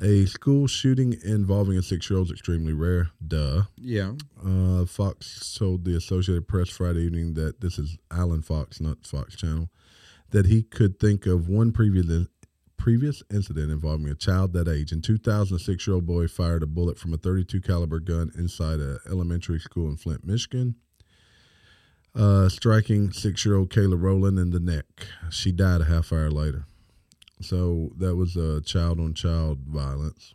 Speaker 1: A school shooting involving a six year old is extremely rare. Duh.
Speaker 4: Yeah.
Speaker 1: Uh, Fox told the Associated Press Friday evening that this is Alan Fox, not Fox Channel, that he could think of one previous previous incident involving a child that age. In 2000, a six-year-old boy fired a bullet from a 32 caliber gun inside a elementary school in Flint, Michigan, uh, striking six-year-old Kayla Rowland in the neck. She died a half hour later. So that was a child-on-child violence.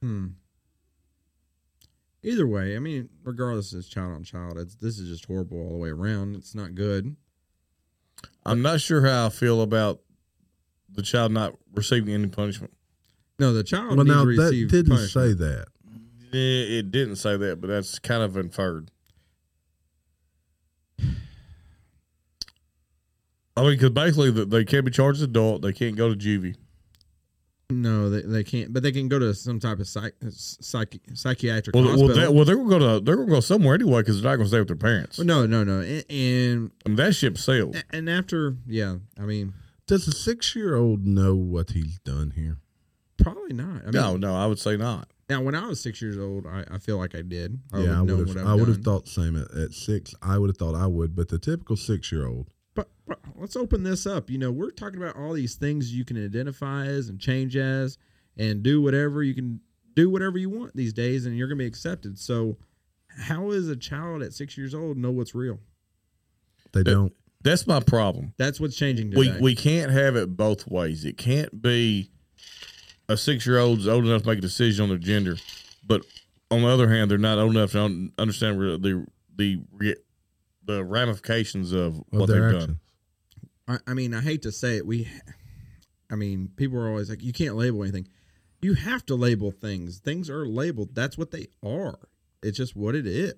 Speaker 4: Hmm. Either way, I mean, regardless, it's child on child. It's this is just horrible all the way around. It's not good.
Speaker 3: I'm not sure how I feel about the child not receiving any punishment.
Speaker 4: No, the child
Speaker 1: Well,
Speaker 4: needs
Speaker 1: now
Speaker 4: to
Speaker 1: that
Speaker 4: receive
Speaker 1: didn't
Speaker 4: punishment.
Speaker 1: say that.
Speaker 3: Yeah, It didn't say that, but that's kind of inferred. I mean, because basically th- they can't be charged as adult. They can't go to juvie.
Speaker 4: No, they, they can't. But they can go to some type of psych, psych, psychiatric
Speaker 3: Well, well,
Speaker 4: hospital.
Speaker 3: that, well, they're gonna go to they're gonna go somewhere anyway because they're not gonna stay with their parents.
Speaker 4: Well, no, no, no. And, and
Speaker 3: I mean, that ship sailed.
Speaker 4: and after, yeah, I mean,
Speaker 1: Does a six year old know what he's done here?
Speaker 4: probably not. I mean,
Speaker 3: no, no, I would say not.
Speaker 4: Now, when I was six years old, I, I feel like I did. I
Speaker 1: yeah, I
Speaker 4: would know
Speaker 1: would
Speaker 4: what
Speaker 1: have.
Speaker 4: I've
Speaker 1: I would have
Speaker 4: done.
Speaker 1: thought same at, at six. I would have thought I would, but the typical six year old.
Speaker 4: But, but let's open this up. You know, we're talking about all these things you can identify as and change as and do whatever you can do whatever you want these days and you're going to be accepted. So, how is a child at 6 years old know what's real?
Speaker 1: They don't.
Speaker 3: That's my problem.
Speaker 4: That's what's changing
Speaker 3: We
Speaker 4: today.
Speaker 3: we can't have it both ways. It can't be a six year old's old enough to make a decision on their gender, but on the other hand, they're not old enough to un- understand re- the the re- the ramifications of
Speaker 1: Of
Speaker 3: what they've
Speaker 1: their
Speaker 3: done.
Speaker 1: actions.
Speaker 4: I, I mean, I hate to say it. We, I mean, people are always like, you can't label anything. You have to label things. Things are labeled. That's what they are. It's just what it is.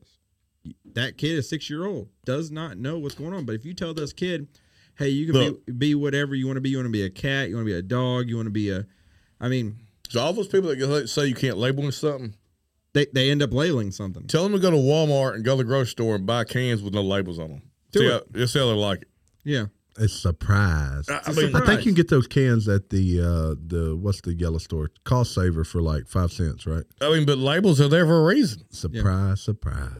Speaker 4: That kid is six year old, does not know what's going on. But if you tell this kid, hey, you can be, be whatever you want to be. You want to be a cat. You want to be a dog. You want to be a, I mean,
Speaker 3: So all those people that go- say you can't label them something,
Speaker 4: they, they end up labeling something.
Speaker 3: tell them to go to Walmart and go to the grocery store and buy cans with no labels on them.
Speaker 4: Do
Speaker 3: see,
Speaker 4: it.
Speaker 3: how, that's how they like it.
Speaker 4: Yeah.
Speaker 1: It's surprise.
Speaker 3: I- I mean,
Speaker 4: a
Speaker 1: I think
Speaker 4: surprise.
Speaker 1: you can get those cans at the uh the what's the yellow store? Cost saver for like five cents, right?
Speaker 3: I mean, but labels are there for a reason.
Speaker 1: Surprise, surprise.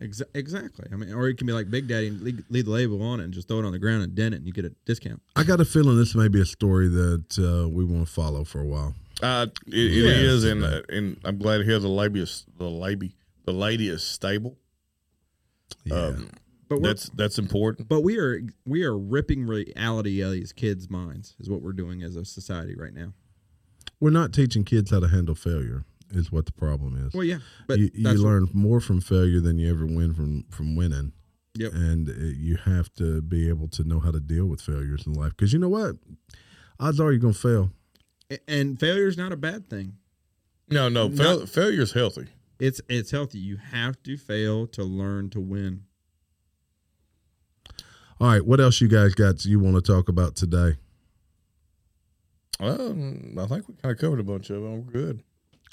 Speaker 4: Exa- exactly. I mean, or it can be like Big Daddy and leave, leave the label on it and just throw it on the ground and dent it and you get a discount.
Speaker 1: I got a feeling this may be a story that uh, we won't follow for a while.
Speaker 3: Uh, it, it is, and uh, and I'm glad to hear the lady is the lady the lady is stable.
Speaker 4: Uh,
Speaker 1: Yeah.
Speaker 3: Um,
Speaker 4: But we're,
Speaker 3: that's that's important.
Speaker 4: But we are we are ripping reality out of these kids' minds is what we're doing as a society right now.
Speaker 1: We're not teaching kids how to handle failure, is what the problem is.
Speaker 4: Well, yeah, but
Speaker 1: you, you
Speaker 4: that's what-
Speaker 1: learn more from failure than you ever win from from winning.
Speaker 4: Yep.
Speaker 1: And uh, you have to be able to know how to deal with failures in life because you know what, odds are you're gonna fail.
Speaker 4: and failure is not a bad thing.
Speaker 3: No, no, fail, failure is healthy.
Speaker 4: It's it's healthy. You have to fail to learn to win.
Speaker 1: All right, what else you guys got you want to talk about today?
Speaker 3: Well, I think we kind of covered a bunch of them. We're good.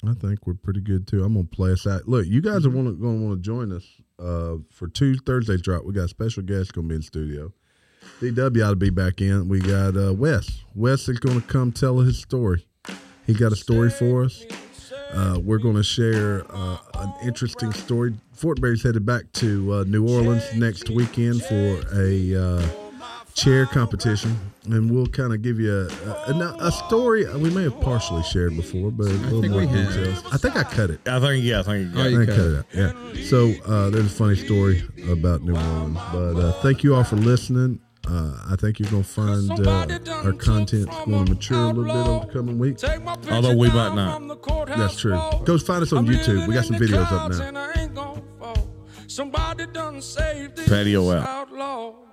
Speaker 1: I think we're pretty good too. I'm gonna play us out. Look, you
Speaker 4: Mm-hmm.
Speaker 1: guys are wanna, gonna want to join us uh, for two Thursdays drop. We got a special guest gonna be in studio. DW ought to be back in. We got uh, Wes. Wes is gonna come tell his story. He got a story for us. Uh, we're gonna share uh, an interesting story. Fort Berry's headed back to uh, New Orleans next weekend for a. Uh, chair competition, and we'll kind of give you a, a, a, a story we may have partially shared before, but a little
Speaker 4: think
Speaker 1: more
Speaker 4: we have.
Speaker 1: details. I think I cut it.
Speaker 3: I think yeah, I think
Speaker 4: Oh,
Speaker 3: yeah.
Speaker 1: I think I
Speaker 4: Okay.
Speaker 1: cut it out. Yeah. So uh, there's a funny story about New Orleans, but uh, thank you all for listening. Uh, I think you're gonna find uh, our content's going to mature a little bit over the coming weeks.
Speaker 3: Although we might not.
Speaker 1: That's true. Go find us on YouTube. We got some videos up now.
Speaker 2: Somebody done saved this
Speaker 3: Patio out.
Speaker 2: outlaw.